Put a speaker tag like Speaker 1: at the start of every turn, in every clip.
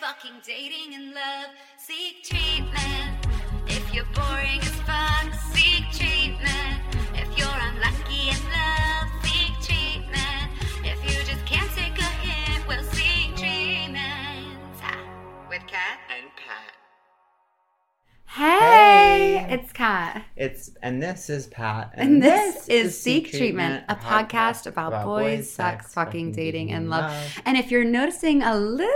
Speaker 1: talking dating and love. Seek treatment. If you're boring as fun, seek treatment. If you're unlucky in love, seek treatment. If you just can't take a hint, well, seek treatment. Ah, With Kat and Pat.
Speaker 2: Hey,
Speaker 3: Hey.
Speaker 2: it's Kat.
Speaker 3: It's and this is Pat,
Speaker 2: And, this, is Seek Treatment, a podcast about, boys, sex, fucking, dating, and love. And if you're noticing a little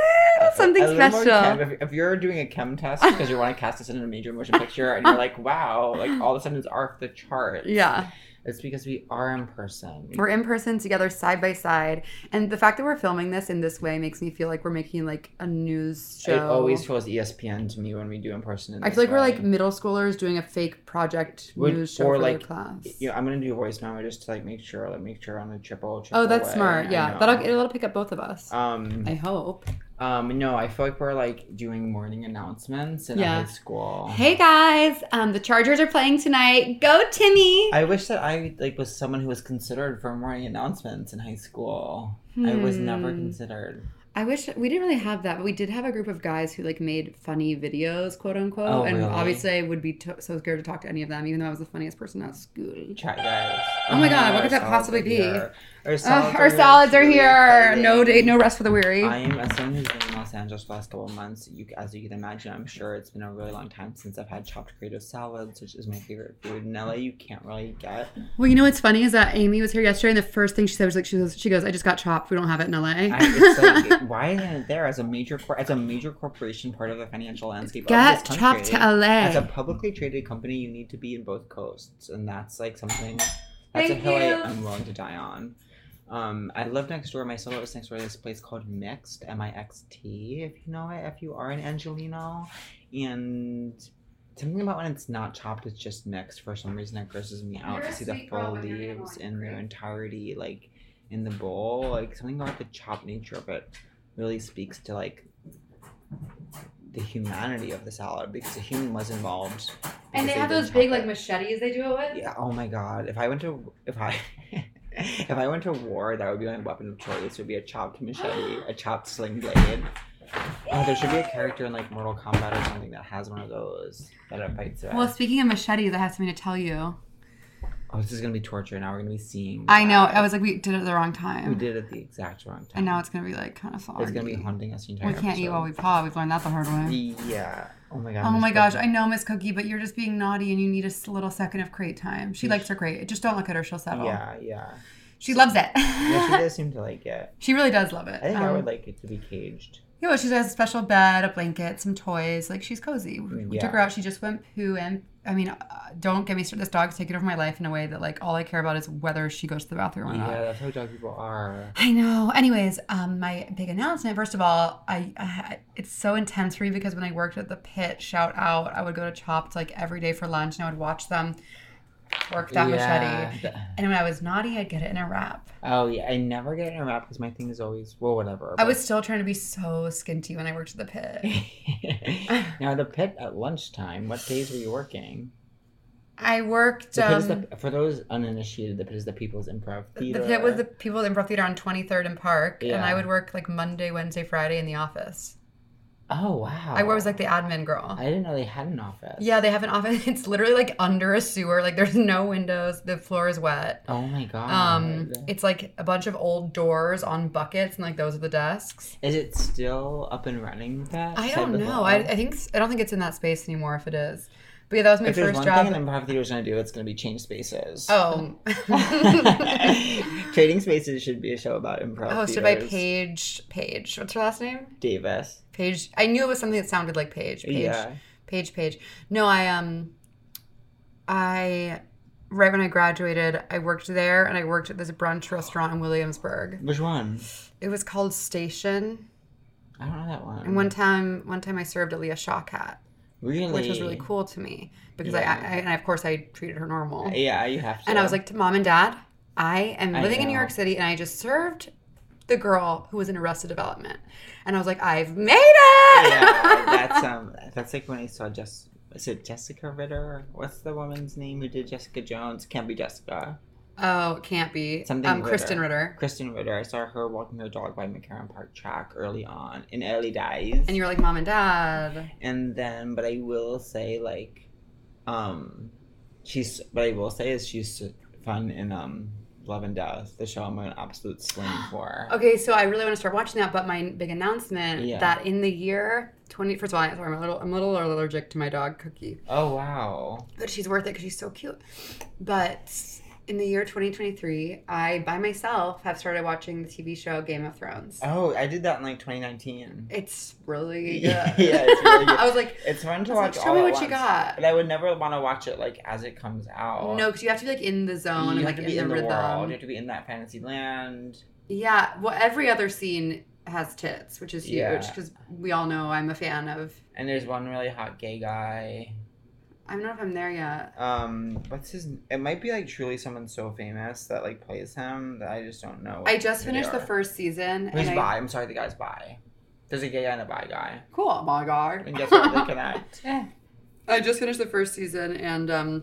Speaker 2: something
Speaker 3: A little more chem-
Speaker 2: special,
Speaker 3: If, if you're doing a chem test because you want to cast us in a major motion picture, and you're like, "Wow!" Like all of a sudden it's off the chart.
Speaker 2: yeah,
Speaker 3: it's because we are in person.
Speaker 2: we're in person together, side by side. And the fact that we're filming this in this way makes me feel like we're making like a news show.
Speaker 3: It always feels E ESPN to me when we do in person. in
Speaker 2: I
Speaker 3: this
Speaker 2: feel like we're
Speaker 3: way.
Speaker 2: like middle schoolers doing a fake project
Speaker 3: Would-
Speaker 2: news show
Speaker 3: or,
Speaker 2: for
Speaker 3: like,
Speaker 2: their class.
Speaker 3: You know, I'm gonna do a voice memo just to like make sure, like make sure on the triple. triple
Speaker 2: oh, that's
Speaker 3: way.
Speaker 2: smart.
Speaker 3: I
Speaker 2: Yeah,
Speaker 3: know.
Speaker 2: that'll it'll pick up both of us.
Speaker 3: um,
Speaker 2: I hope.
Speaker 3: um, no, I feel like we're like doing morning announcements in
Speaker 2: Yeah.
Speaker 3: high school.
Speaker 2: Hey guys, um, the Chargers are playing tonight. Go Timmy!
Speaker 3: I wish that I like was someone who was considered for morning announcements in high school. I was never
Speaker 2: Hmm.
Speaker 3: considered.
Speaker 2: I wish we didn't really have that, but we did have a group of guys who like made funny videos, quote unquote.
Speaker 3: Oh,
Speaker 2: and
Speaker 3: really?
Speaker 2: obviously, I would be to- so scared to talk to any of them, even though I was the funniest person at school.
Speaker 3: Chat guys.
Speaker 2: Oh my God,
Speaker 3: our
Speaker 2: what could that
Speaker 3: salads
Speaker 2: possibly
Speaker 3: are
Speaker 2: be?
Speaker 3: here. Our
Speaker 2: Uh,
Speaker 3: salads,
Speaker 2: our salads are here. No
Speaker 3: exciting.
Speaker 2: day, no rest for the weary.
Speaker 3: I am as someone who's been in Los Angeles for the last couple of months. You, as you can imagine, I'm sure it's been a really long time since I've had chopped creative salads, which is my favorite food in LA. You can't really get.
Speaker 2: Well, you know what's funny is that Amy was here yesterday, and the first thing she said was like, she goes, she goes, I just got chopped. We don't have it in LA.
Speaker 3: I, it's like, why isn't it there as a major cor- as a major corporation part of the financial landscape? of
Speaker 2: Get
Speaker 3: this
Speaker 2: chopped to
Speaker 3: country?
Speaker 2: LA.
Speaker 3: As a publicly traded company, you need to be in both coasts, and that's like something that's a
Speaker 2: Thank
Speaker 3: hill
Speaker 2: you.
Speaker 3: I, am willing to die on. Um, I live next door. My solo is next door. to This place called Mixed, M I X T, if you know it, if you are an Angelino, and something about when it's not chopped, it's just mixed. For some reason, it grosses me out
Speaker 2: You're
Speaker 3: to
Speaker 2: a
Speaker 3: see the
Speaker 2: sweet girl
Speaker 3: full
Speaker 2: when you're in
Speaker 3: leaves
Speaker 2: one,
Speaker 3: in their
Speaker 2: right?
Speaker 3: entirety, like in the bowl. Like something about the chopped nature of it really speaks to like the humanity of the salad because a human was involved. because
Speaker 2: and they have
Speaker 3: did
Speaker 2: those big
Speaker 3: chop
Speaker 2: like
Speaker 3: it.
Speaker 2: machetes they do it with.
Speaker 3: Yeah. Oh my god. If I went to if I if I went to war, that would be my weapon of choice. Would be a chopped machete, a chopped sling blade. Oh, there should be a character in like Mortal Kombat or something that has one of those that it fights with.
Speaker 2: Well, speaking of machetes, I have something to tell you.
Speaker 3: oh, this is gonna be torture. Now we're gonna be seeing.
Speaker 2: I know.
Speaker 3: that.
Speaker 2: I was like, we did it at the wrong
Speaker 3: We
Speaker 2: time,
Speaker 3: did it the exact wrong time.
Speaker 2: and now it's gonna be like kind of foggy.
Speaker 3: it's gonna be haunting us the entire.
Speaker 2: We can't eat while we paw. We've learned that the hard way.
Speaker 3: Yeah. Oh my god.
Speaker 2: Oh
Speaker 3: Miss
Speaker 2: my gosh,
Speaker 3: Cookie.
Speaker 2: I know, Miss Cookie, but you're just being naughty and you need a s- little second of crate time. She
Speaker 3: Yeah,
Speaker 2: likes
Speaker 3: she-
Speaker 2: her crate. Just don't look at her, she'll settle.
Speaker 3: Yeah, yeah.
Speaker 2: She loves it.
Speaker 3: Yeah, she
Speaker 2: she,
Speaker 3: does seem to like it.
Speaker 2: really does love it.
Speaker 3: I think I
Speaker 2: Um,
Speaker 3: would like it to be caged.
Speaker 2: Yeah, well, she has a special bed, a blanket, some toys. Like, she's cozy. We we took
Speaker 3: Yeah.
Speaker 2: her out. She just went poo and. I mean, uh, don't get me started. This dog's taken over my life in a way that, like, all I care about is whether she goes to the bathroom or not.
Speaker 3: Yeah, that's how dog people are.
Speaker 2: I know. Anyways, um, my big announcement. First of all, I, I it's so intense for me because when I worked at the pit, shout out, I would go to Chopped like every day for lunch, and I would watch them work that machete.
Speaker 3: th-
Speaker 2: And when I was naughty, I'd get it in a wrap.
Speaker 3: Oh yeah, I never get in a wrap because my thing is always well, whatever.
Speaker 2: I was still trying to be so skinty when I worked at the pit.
Speaker 3: but- now the pit at lunchtime. What days were you working?
Speaker 2: I worked.
Speaker 3: The pit is
Speaker 2: um,
Speaker 3: the, for those uninitiated. The pit is the People's Improv
Speaker 2: the
Speaker 3: Theater.
Speaker 2: pit was the people at Improv Theater on 23rd and Park, and
Speaker 3: Yeah.
Speaker 2: I would work like Monday, Wednesday, Friday in the office.
Speaker 3: Oh wow!
Speaker 2: I was like the admin girl.
Speaker 3: I didn't know they had an office.
Speaker 2: Yeah, they have an office. It's literally like under a sewer. Like there's no windows. The floor is wet.
Speaker 3: Oh my god.
Speaker 2: Um, it's like a bunch of old doors on buckets, and like those are the desks.
Speaker 3: is it still up and running? That
Speaker 2: I
Speaker 3: type
Speaker 2: don't
Speaker 3: of
Speaker 2: know.
Speaker 3: law?
Speaker 2: I, I think s- I don't think it's in that space anymore. If it is, but yeah, that was my
Speaker 3: if there's
Speaker 2: first
Speaker 3: one
Speaker 2: job.
Speaker 3: thing an improv theater is going to do, it's going to be change spaces.
Speaker 2: oh,
Speaker 3: Trading Spaces should be a show about improv.
Speaker 2: hosted Oh. by
Speaker 3: theaters.
Speaker 2: Paige. Paige, what's her last name?
Speaker 3: Davis.
Speaker 2: Paige. I knew it was something that sounded like Paige. Paige.
Speaker 3: Yeah.
Speaker 2: Page, page. No, I um, I right when I graduated, I worked there, and I worked at this brunch restaurant in Williamsburg.
Speaker 3: Which one?
Speaker 2: It was called Station.
Speaker 3: I don't know that one.
Speaker 2: And one time, one time I served a Leah Shawkat,
Speaker 3: really,
Speaker 2: which was really cool to me because
Speaker 3: Yeah.
Speaker 2: I, I and of course I treated her normal.
Speaker 3: Yeah, you have to.
Speaker 2: And I was like, to mom and dad, I am
Speaker 3: I
Speaker 2: living in New
Speaker 3: know.
Speaker 2: York City, and I just served the girl who was in Arrested Development, and I was like, I've made it.
Speaker 3: yeah, that's um, that's like when I saw just. Is it Jessica Ritter? What's the woman's name who did Jessica Jones? Can't be Jessica.
Speaker 2: Oh, it can't be.
Speaker 3: Something
Speaker 2: um,
Speaker 3: Ritter.
Speaker 2: Kristen Ritter.
Speaker 3: Kristen Ritter. I saw her walking her dog by McCarran Park track early on in early days.
Speaker 2: And you were like, Mom and Dad.
Speaker 3: and then but i will say like um she's what i will say is she's fun in um love and death the show i'm an absolute sling for
Speaker 2: Okay, so I really want to start watching that, but my big announcement
Speaker 3: Yeah.
Speaker 2: that in the year 20, first of all, I'm a little, I'm a little allergic to my dog, Cookie,
Speaker 3: oh wow
Speaker 2: but she's worth it because she's so cute. But in the year 2023, I, by myself, have started watching the TV show Game of Thrones.
Speaker 3: oh i did that in like 2019
Speaker 2: It's really good.
Speaker 3: Yeah, yeah, it's really good.
Speaker 2: I was like,
Speaker 3: it's fun to
Speaker 2: I was like,
Speaker 3: watch
Speaker 2: show
Speaker 3: all
Speaker 2: me
Speaker 3: at
Speaker 2: what
Speaker 3: once,
Speaker 2: you got.
Speaker 3: but i would never want to watch it like as it comes out
Speaker 2: No, because you have to be like in the
Speaker 3: you
Speaker 2: zone and
Speaker 3: have
Speaker 2: like
Speaker 3: to
Speaker 2: in
Speaker 3: be
Speaker 2: the,
Speaker 3: in the
Speaker 2: rhythm.
Speaker 3: world you have to be in that fantasy land
Speaker 2: Yeah, well, every other scene has tits, which is huge
Speaker 3: Yeah.
Speaker 2: because we all know I'm a fan of.
Speaker 3: and there's one really hot gay guy
Speaker 2: I don't know if I'm there yet.
Speaker 3: um what's his it might be like truly someone so famous that like plays him that i just don't know
Speaker 2: I just
Speaker 3: who they
Speaker 2: finished the
Speaker 3: Oh, are.
Speaker 2: first season.
Speaker 3: He's
Speaker 2: and I-
Speaker 3: bi. I'm sorry, the guy's bi. There's a gay guy and a bi guy.
Speaker 2: Cool, my
Speaker 3: And guess what? They
Speaker 2: god.
Speaker 3: connect.
Speaker 2: I just finished the first season, and um,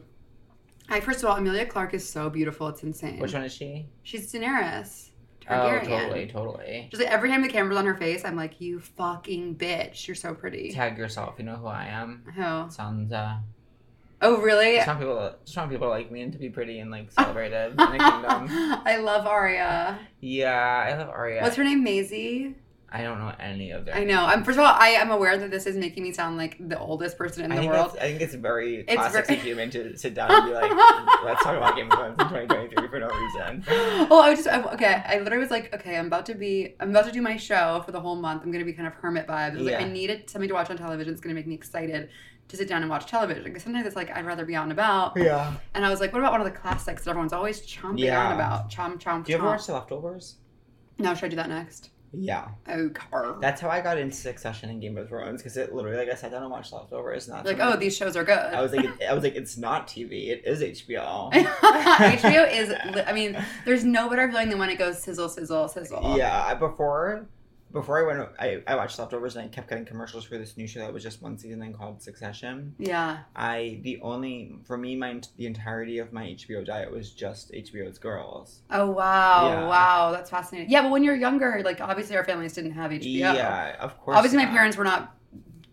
Speaker 2: I first of all, Amelia Clark is so beautiful. It's insane.
Speaker 3: Which one is she?
Speaker 2: She's Daenerys
Speaker 3: Oh,
Speaker 2: Targaryen.
Speaker 3: totally, totally.
Speaker 2: Just like every time the camera's on her face, I'm like, you fucking bitch, you're so pretty.
Speaker 3: Tag yourself. You know who I am.
Speaker 2: Oh,
Speaker 3: Sansa.
Speaker 2: oh really?
Speaker 3: Just want people to, just want people to like me and to be pretty and like celebrated in the kingdom.
Speaker 2: I love Arya.
Speaker 3: Yeah, I love Arya.
Speaker 2: What's her name? Maisie.
Speaker 3: I don't know any of their.
Speaker 2: I know. I'm first of all, I am aware that this is making me sound like the oldest person in
Speaker 3: I
Speaker 2: the
Speaker 3: think,
Speaker 2: world.
Speaker 3: that's- I think it's very
Speaker 2: It's
Speaker 3: classic
Speaker 2: very-
Speaker 3: of human to sit down and be like, let's talk about Game of Thrones in 2023 for no reason.
Speaker 2: Oh, I was just I- okay. I literally was like, okay, I'm about to be, I'm about to do my show for the whole month. I'm gonna be kind of hermit vibes. I was like,
Speaker 3: Yeah.
Speaker 2: I needed something to watch on television. It's gonna make me excited to sit down and watch television. Because sometimes it's like I'd rather be out and about.
Speaker 3: Yeah.
Speaker 2: And I was like, what about one of the classics that everyone's always chomping
Speaker 3: Yeah.
Speaker 2: on about? Chomp, chomp,
Speaker 3: Do you
Speaker 2: chomp.
Speaker 3: ever watch The Leftovers?
Speaker 2: no, should I do that next?
Speaker 3: Yeah.
Speaker 2: Oh, car.
Speaker 3: That's how I got into Succession and Game of Thrones because it literally, like I sat down and watched Leftovers. Not
Speaker 2: like, oh, these shows are good.
Speaker 3: I was like, it- I was like, it's not TV. It is HBO.
Speaker 2: HBO is. Li- I mean, there's no better feeling than when it goes sizzle, sizzle, sizzle.
Speaker 3: yeah, I- before before I went, I, I watched Leftovers and I kept getting commercials for this new show that was just one season and called Succession.
Speaker 2: Yeah.
Speaker 3: I the only for me my the entirety of my HBO diet was just HBO's Girls.
Speaker 2: Oh wow,
Speaker 3: Yeah.
Speaker 2: wow, that's fascinating. Yeah, but when you're younger, like obviously our families didn't have HBO.
Speaker 3: Yeah, of course.
Speaker 2: obviously my
Speaker 3: not. Oh,
Speaker 2: parents were not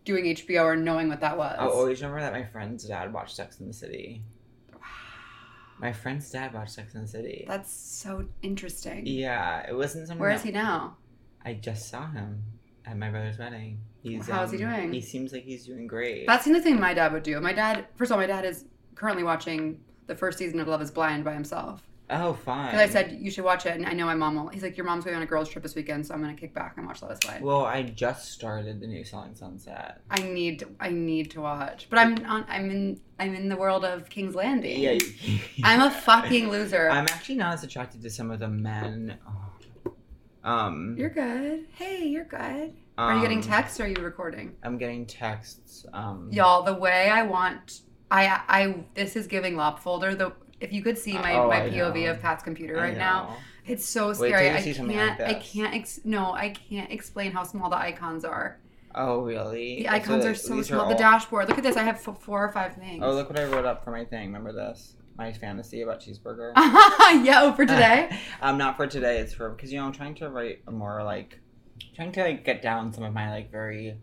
Speaker 2: doing HBO or knowing what that was.
Speaker 3: I always remember that my friend's dad watched Sex in the City. My friend's dad watched Sex in the City.
Speaker 2: That's so interesting.
Speaker 3: yeah, it wasn't someone.
Speaker 2: Where
Speaker 3: that-
Speaker 2: is he now?
Speaker 3: I just saw him at my brother's wedding. He's,
Speaker 2: How is he
Speaker 3: um,
Speaker 2: doing?
Speaker 3: He seems like he's doing great.
Speaker 2: That seems like something my dad would do. My dad, first of all, my dad is currently watching the first season of Love Is Blind by himself.
Speaker 3: oh, fine.
Speaker 2: Because I said you should watch it, and I know my mom will. He's like, your mom's going on a girls' trip this weekend, so I'm gonna kick back and watch Love Is Blind.
Speaker 3: Well, I just started the new Selling Sunset.
Speaker 2: I need, I need to watch. But I'm on. I'm in. I'm in the world of King's Landing.
Speaker 3: Yeah.
Speaker 2: I'm a fucking loser.
Speaker 3: I'm actually not as attracted to some of the men. Oh. Um.
Speaker 2: You're good. Hey, you're good. Are you getting
Speaker 3: um,
Speaker 2: texts or are you recording?
Speaker 3: I'm getting texts. Um.
Speaker 2: Y'all, the way I want I I this is giving lop folder the if you could see my,
Speaker 3: Oh,
Speaker 2: my
Speaker 3: I
Speaker 2: POV
Speaker 3: know.
Speaker 2: of Pat's computer
Speaker 3: I
Speaker 2: right now,
Speaker 3: know.
Speaker 2: it's so
Speaker 3: Wait till
Speaker 2: scary.
Speaker 3: you
Speaker 2: I
Speaker 3: see
Speaker 2: can't
Speaker 3: something like
Speaker 2: I
Speaker 3: this.
Speaker 2: can't ex- no, I can't explain how small the icons are.
Speaker 3: Oh, really?
Speaker 2: The
Speaker 3: That's
Speaker 2: icons
Speaker 3: what-
Speaker 2: are so
Speaker 3: these
Speaker 2: small.
Speaker 3: all-
Speaker 2: the dashboard. Look at this. I have f- four or five things.
Speaker 3: Oh, look what I wrote up for my thing. Remember this? My fantasy about cheeseburger.
Speaker 2: yeah, oh, for today.
Speaker 3: um, not for today. It's for because you know I'm trying to write a more like, trying to like get down some of my like very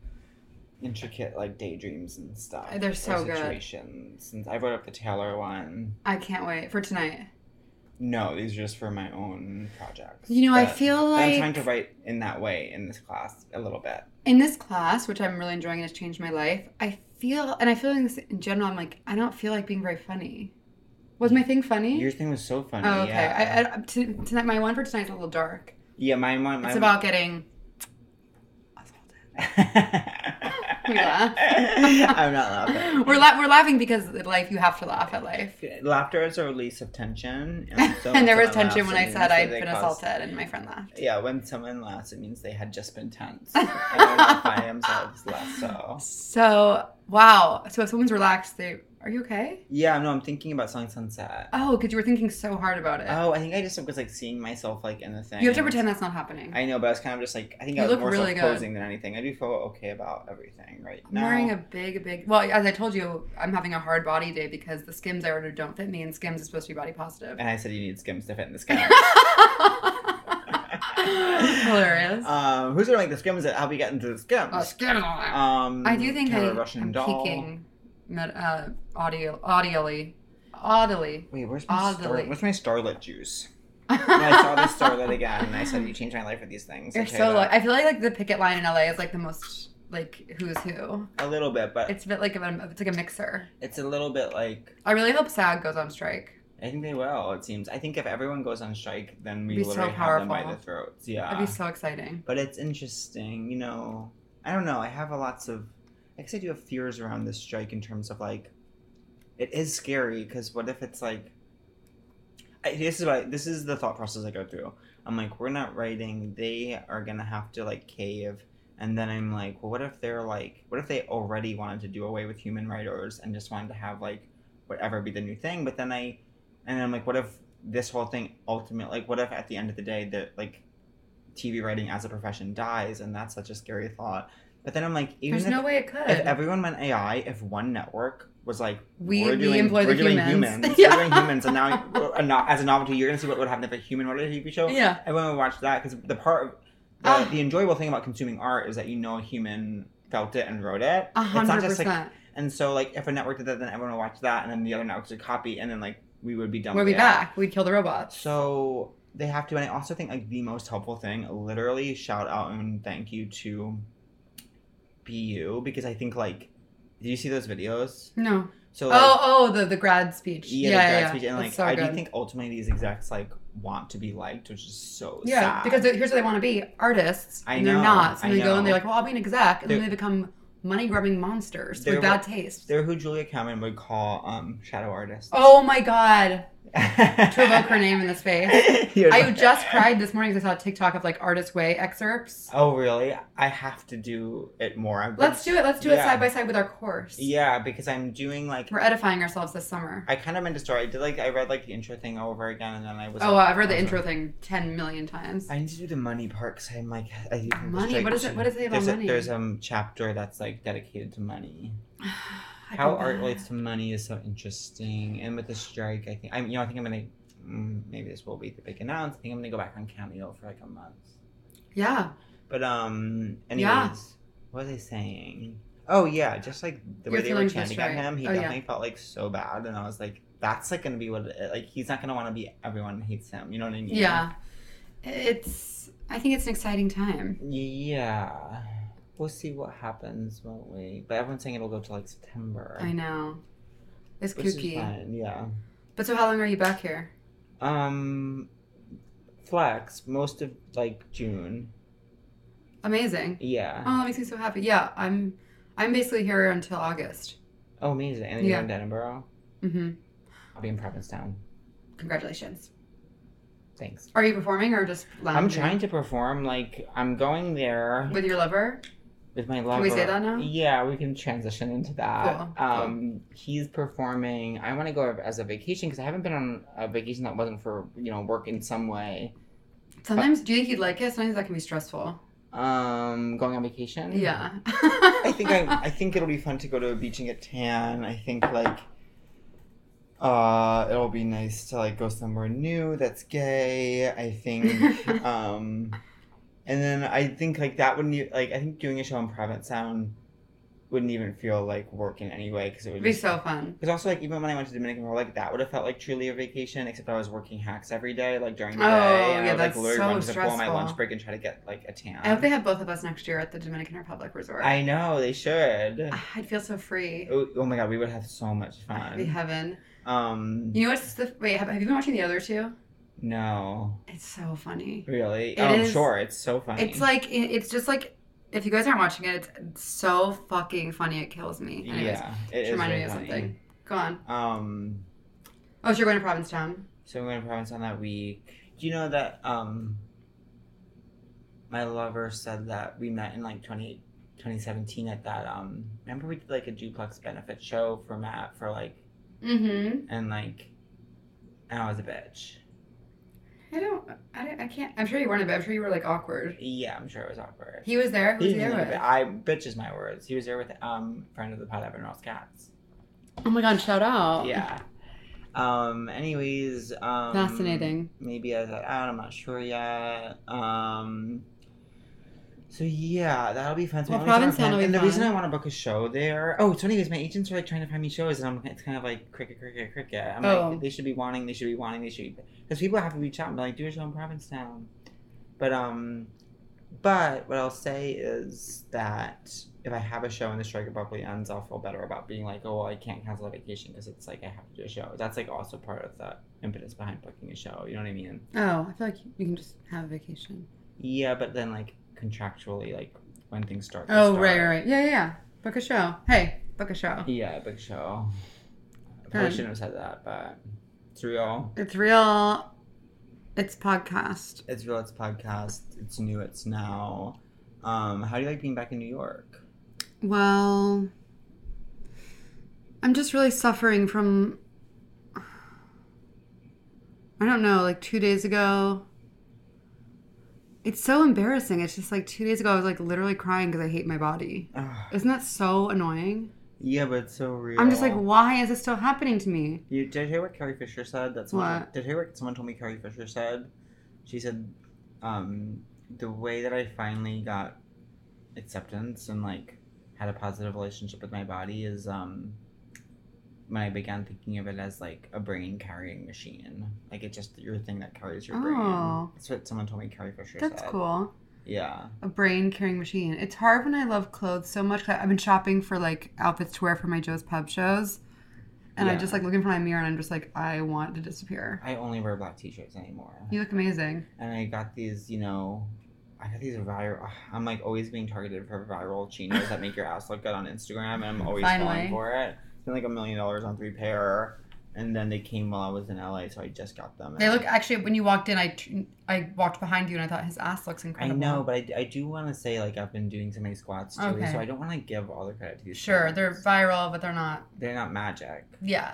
Speaker 3: intricate like daydreams and stuff.
Speaker 2: They're
Speaker 3: or
Speaker 2: so good.
Speaker 3: situations. Since I wrote up the Taylor one.
Speaker 2: I can't wait for tonight.
Speaker 3: No, these are just for my own projects.
Speaker 2: You know, I
Speaker 3: But-
Speaker 2: feel
Speaker 3: but
Speaker 2: like
Speaker 3: I'm trying to write in that way in this class a little bit.
Speaker 2: in this class, which I'm really enjoying and has changed my life, I feel, and I feel in, this, in general, I'm like, I don't feel like being very funny. Was my thing funny?
Speaker 3: Your thing was so funny.
Speaker 2: oh, okay.
Speaker 3: Yeah.
Speaker 2: I, I, t- tonight, my one for tonight's a little dark.
Speaker 3: yeah, my one. My
Speaker 2: it's about getting. We laugh.
Speaker 3: I'm not laughing.
Speaker 2: We're la- we're laughing because at life you have to laugh at life.
Speaker 3: Laughter is a release of tension. And, so
Speaker 2: and there
Speaker 3: when
Speaker 2: was
Speaker 3: someone
Speaker 2: tension
Speaker 3: laughs,
Speaker 2: when
Speaker 3: it
Speaker 2: I
Speaker 3: means
Speaker 2: said
Speaker 3: that
Speaker 2: I'd
Speaker 3: they
Speaker 2: been
Speaker 3: caused-
Speaker 2: assaulted, and my friend laughed.
Speaker 3: Yeah, when someone laughs, it means they had just been tense. and they're not by themselves less so.
Speaker 2: So wow. So if someone's relaxed, they Are you okay?
Speaker 3: Yeah, no, I'm thinking about Song Sunset.
Speaker 2: Oh, because you were thinking so hard about it.
Speaker 3: Oh, I think I just was like seeing myself like in the thing.
Speaker 2: you have to pretend that's not happening. I,
Speaker 3: I know, but I was kind of just like I think
Speaker 2: You
Speaker 3: I was
Speaker 2: look
Speaker 3: more
Speaker 2: really
Speaker 3: really
Speaker 2: good.
Speaker 3: posing than anything. I do feel okay about everything right
Speaker 2: am
Speaker 3: now.
Speaker 2: wearing a big, big. Well, as I told you, I'm having a hard body day because the skims I ordered don't fit me, and skims is supposed to be body positive.
Speaker 3: and I said you need skims to fit in the skin.
Speaker 2: Hilarious.
Speaker 3: Um, who's gonna make the skims? How we get into the skims?
Speaker 2: Oh, skim.
Speaker 3: Um,
Speaker 2: I do think I,
Speaker 3: Terror
Speaker 2: I'm
Speaker 3: Russian doll.
Speaker 2: peaking med- uh, audio, audioly, audily.
Speaker 3: Wait, where's my star-
Speaker 2: Oddly.
Speaker 3: where's my starlet juice? And I saw this starlet again, and I said you changed my life with these things.
Speaker 2: You're
Speaker 3: Okay,
Speaker 2: so
Speaker 3: but-
Speaker 2: lucky. I feel like like the picket line in LA is like the most like who's who.
Speaker 3: a little bit, but it's,
Speaker 2: It's a bit like a, it's like a mixer.
Speaker 3: a little bit like
Speaker 2: I really hope SAG goes on strike.
Speaker 3: I think they will. It seems. I think if everyone goes on strike, then we
Speaker 2: Be so
Speaker 3: literally have them by
Speaker 2: powerful.
Speaker 3: the throats. Yeah.
Speaker 2: That'd be so exciting.
Speaker 3: but it's interesting you know i don't know i have a lots of i guess i do have fears around this strike in terms of like it is scary because what if it's like I, this is what this is the thought process i go through i'm like we're not writing they are gonna have to like cave and then i'm like well what if they're like what if they already wanted to do away with human writers and just wanted to have like whatever be the new thing but then i and i'm like what if this whole thing ultimately like what if at the end of the day that like TV writing as a profession dies, and that's such a scary thought. But then I'm like, even
Speaker 2: There's
Speaker 3: if,
Speaker 2: no way it could.
Speaker 3: if everyone went AI, if one network was like,
Speaker 2: We-
Speaker 3: we're
Speaker 2: we
Speaker 3: doing,
Speaker 2: employ the
Speaker 3: we're doing
Speaker 2: humans."
Speaker 3: humans,
Speaker 2: Yeah.
Speaker 3: we're doing humans, and now a no- as a novelty, you're gonna see what would happen if a human wrote a TV show.
Speaker 2: yeah.
Speaker 3: Everyone would watch that because the part, of, the,
Speaker 2: Ah.
Speaker 3: the enjoyable thing about consuming art is that you know a human felt it and wrote it.
Speaker 2: A
Speaker 3: like,
Speaker 2: hundred percent.
Speaker 3: and so like if a network did that, then everyone would watch that, and then the other networks would copy, and then like we would be done.
Speaker 2: We'll
Speaker 3: with
Speaker 2: be
Speaker 3: AI.
Speaker 2: back. We'd kill the robots.
Speaker 3: So they have to, and I also think like the most helpful thing, literally shout out and thank you to BU because I think like, did you see those videos?
Speaker 2: No.
Speaker 3: So like, E
Speaker 2: oh, oh, the the grad speech.
Speaker 3: yeah,
Speaker 2: Yeah,
Speaker 3: the
Speaker 2: yeah,
Speaker 3: grad
Speaker 2: yeah.
Speaker 3: speech, and
Speaker 2: That's
Speaker 3: like
Speaker 2: so
Speaker 3: I
Speaker 2: good.
Speaker 3: do think ultimately these execs like want to be liked, which is so
Speaker 2: yeah,
Speaker 3: sad.
Speaker 2: because they- here's what they want to be: artists.
Speaker 3: I
Speaker 2: and
Speaker 3: know,
Speaker 2: They're not. So
Speaker 3: I
Speaker 2: they go
Speaker 3: know.
Speaker 2: and they're like, "Well, I'll be an exec," and then
Speaker 3: They're-
Speaker 2: they become money grubbing monsters
Speaker 3: They're-
Speaker 2: with bad taste.
Speaker 3: they're who Julia Cameron would call um shadow artists.
Speaker 2: Oh my god! To evoke her
Speaker 3: Provoke
Speaker 2: name in this face. I just cried this morning because I saw a TikTok of like artist way excerpts.
Speaker 3: Oh really? I have to do it more. I've been-
Speaker 2: Let's do it. Let's do it
Speaker 3: Yeah.
Speaker 2: side by side with our course.
Speaker 3: Yeah, because I'm doing like
Speaker 2: We're edifying ourselves this summer.
Speaker 3: I kind of meant to start. I did like I read like the intro thing over again, and then I was.
Speaker 2: Oh,
Speaker 3: like,
Speaker 2: I've read the
Speaker 3: I was
Speaker 2: intro
Speaker 3: like,
Speaker 2: thing ten million times.
Speaker 3: I need to do the money part because I'm like I think I'm
Speaker 2: Money?
Speaker 3: just,
Speaker 2: What
Speaker 3: like,
Speaker 2: is it- what does it say about
Speaker 3: there's a-
Speaker 2: money?
Speaker 3: there's a chapter that's like dedicated to money.
Speaker 2: I
Speaker 3: How
Speaker 2: feel
Speaker 3: art
Speaker 2: bad.
Speaker 3: relates to money is so interesting, and with the strike, I think I'm. You know, I think I'm gonna. mm, Maybe this will be the big announce. I think I'm gonna go back on Cameo for like a month.
Speaker 2: Yeah.
Speaker 3: But um, anyways,
Speaker 2: Yeah.
Speaker 3: what was I saying? Oh yeah, just like the
Speaker 2: Your
Speaker 3: way they were
Speaker 2: feelings were
Speaker 3: chanting at
Speaker 2: straight.
Speaker 3: him, he
Speaker 2: Oh, yeah.
Speaker 3: definitely felt like so bad, and I was like, that's like gonna be what it, like he's not gonna want to be everyone hates him. You know what I mean?
Speaker 2: Yeah. It's I think it's an exciting time.
Speaker 3: Yeah. We'll see what happens, won't we? But everyone's saying it'll go to like September.
Speaker 2: I know. It's
Speaker 3: Which is
Speaker 2: kooky.
Speaker 3: fine, yeah.
Speaker 2: But so how long are you back here?
Speaker 3: Um, flex most of like June.
Speaker 2: Amazing.
Speaker 3: Yeah.
Speaker 2: Oh, that makes me so happy. Yeah, I'm I'm basically here until August.
Speaker 3: oh, amazing! And then you're
Speaker 2: Yeah.
Speaker 3: in Edinburgh.
Speaker 2: Mm-hmm.
Speaker 3: I'll be in Provincetown.
Speaker 2: Congratulations.
Speaker 3: Thanks.
Speaker 2: Are you performing or just lounging?
Speaker 3: I'm trying to perform. Like I'm going there
Speaker 2: with your lover?
Speaker 3: with my lover.
Speaker 2: Can we say that now?
Speaker 3: Yeah, we can transition into that.
Speaker 2: Cool,
Speaker 3: Um, he's performing. I want to go as a vacation because I haven't been on a vacation that wasn't for you know work in some way.
Speaker 2: Sometimes do you think you'd like it? Sometimes that can be stressful.
Speaker 3: Um, going on vacation.
Speaker 2: Yeah.
Speaker 3: I think I, I think it'll be fun to go to a beach and get tan. I think like uh it'll be nice to like go somewhere new that's gay. I think um and then I think like that wouldn't e- like I think doing a show in Provincetown wouldn't even feel like work in any way because it would
Speaker 2: It'd be
Speaker 3: just-
Speaker 2: so fun.
Speaker 3: because also like even when I went to Dominican Republic, that would have felt like truly a vacation, except I was working hacks every day, like during the
Speaker 2: Oh,
Speaker 3: day. and
Speaker 2: yeah,
Speaker 3: I would,
Speaker 2: that's
Speaker 3: like literally
Speaker 2: so
Speaker 3: run to the pool on my
Speaker 2: stressful.
Speaker 3: lunch break and try to get like a tan.
Speaker 2: I hope they have both of us next year at the Dominican Republic Resort. Ah,
Speaker 3: I know they should.
Speaker 2: I'd feel so free.
Speaker 3: Oh, oh my god, we would have so much
Speaker 2: It'd
Speaker 3: fun.
Speaker 2: be heaven.
Speaker 3: Um,
Speaker 2: You know what's the wait? Have, have you been watching the other two?
Speaker 3: no,
Speaker 2: It's so funny.
Speaker 3: really.
Speaker 2: It
Speaker 3: oh, I'm
Speaker 2: is-
Speaker 3: sure it's so funny.
Speaker 2: It's like it- it's just like if you guys aren't watching it, it's so fucking funny. It kills me. Anyways,
Speaker 3: yeah, it is
Speaker 2: reminded
Speaker 3: very
Speaker 2: me of
Speaker 3: funny.
Speaker 2: something. Go on.
Speaker 3: Um,
Speaker 2: Oh, so you're going to Provincetown?
Speaker 3: so we're gonna province on that week. Do you know that um, my lover said that we met in like 20, 2017 at that um remember we did like a duplex benefit show for Matt for like
Speaker 2: Mm-hmm.
Speaker 3: and like and I was a bitch.
Speaker 2: I don't. I, don't- I can't. I'm sure you weren't, but I'm sure you were like awkward.
Speaker 3: Yeah, I'm sure it was awkward.
Speaker 2: He was there. Who was
Speaker 3: He
Speaker 2: he
Speaker 3: was
Speaker 2: there
Speaker 3: like a
Speaker 2: with?
Speaker 3: bit- I bitch is my words. He was there with um friend of the pod Evan Ross Katz.
Speaker 2: Oh my god! Shout out.
Speaker 3: Yeah. Um. Anyways. Um,
Speaker 2: Fascinating.
Speaker 3: Maybe I was like, out. I'm not sure yet. Um. So yeah, that'll be fun. So
Speaker 2: Well,
Speaker 3: I always have a
Speaker 2: Provincetown
Speaker 3: plan.
Speaker 2: will be
Speaker 3: And the
Speaker 2: fun.
Speaker 3: reason I want to book a show there. Oh, it's funny because my agents are like trying to find me shows, and I'm it's kind of like cricket, cricket, cricket. I'm
Speaker 2: Oh.
Speaker 3: like, they should be wanting, they should be wanting, they should be because people have to reach out and be like, do a show in Provincetown. But um, but what I'll say is that if I have a show and the strike abruptly ends, I'll feel better about being like, oh, well, I can't cancel a vacation because it's like I have to do a show. That's like also part of the impetus behind booking a show. You know what I mean?
Speaker 2: Oh, I feel like you can just have a vacation.
Speaker 3: Yeah, but then like contractually, like when things start. they
Speaker 2: Oh,
Speaker 3: start.
Speaker 2: right, right, right. Yeah, yeah, yeah. Book a show. Hey, book a show.
Speaker 3: Yeah, big show. I probably
Speaker 2: Done.
Speaker 3: shouldn't have said that, but it's real.
Speaker 2: It's real. It's podcast.
Speaker 3: It's real. It's podcast. It's new. It's now. Um, how do you like being back in New York?
Speaker 2: Well, I'm just really suffering from. I don't know, like two days ago. It's so embarrassing. It's just like two days ago, I was like literally crying because I hate my body.
Speaker 3: Ugh.
Speaker 2: Isn't that so annoying?
Speaker 3: Yeah, but it's so real.
Speaker 2: I'm just like, why is this still happening to me?
Speaker 3: You did you hear what Carrie Fisher said? That's someone-
Speaker 2: What?
Speaker 3: Did you hear what someone told me Carrie Fisher said? She said, um, the way that I finally got acceptance and like had a positive relationship with my body is um when I began thinking of it as like a brain carrying machine. Like it's just your thing that carries your brain.
Speaker 2: Oh.
Speaker 3: That's what someone told me Carrie Fisher
Speaker 2: That's
Speaker 3: said.
Speaker 2: cool.
Speaker 3: Yeah.
Speaker 2: a brain carrying machine. It's hard when I love clothes so much. 'cause I've been shopping for like outfits to wear for my Joe's Pub shows, and I
Speaker 3: Yeah.
Speaker 2: just like looking for my mirror and I'm just like, I want to disappear.
Speaker 3: I only wear black t shirts anymore.
Speaker 2: You look amazing.
Speaker 3: and I got these, you know, I got these viral. I'm like always being targeted for viral chinos that make your ass look good on Instagram, and I'm always
Speaker 2: Finally.
Speaker 3: falling for it. Spent like a million dollars on three pair, and then they came while I was in LA, so I just got them.
Speaker 2: They look actually when you walked in, I t- I walked behind you and I thought his ass looks
Speaker 3: I
Speaker 2: incredible.
Speaker 3: know, but I, I do want to say like I've been doing so many squats too,
Speaker 2: Okay.
Speaker 3: so I don't want to give all the credit to these.
Speaker 2: sure they're
Speaker 3: clowns.
Speaker 2: viral, but they're not.
Speaker 3: they're not magic.
Speaker 2: Yeah,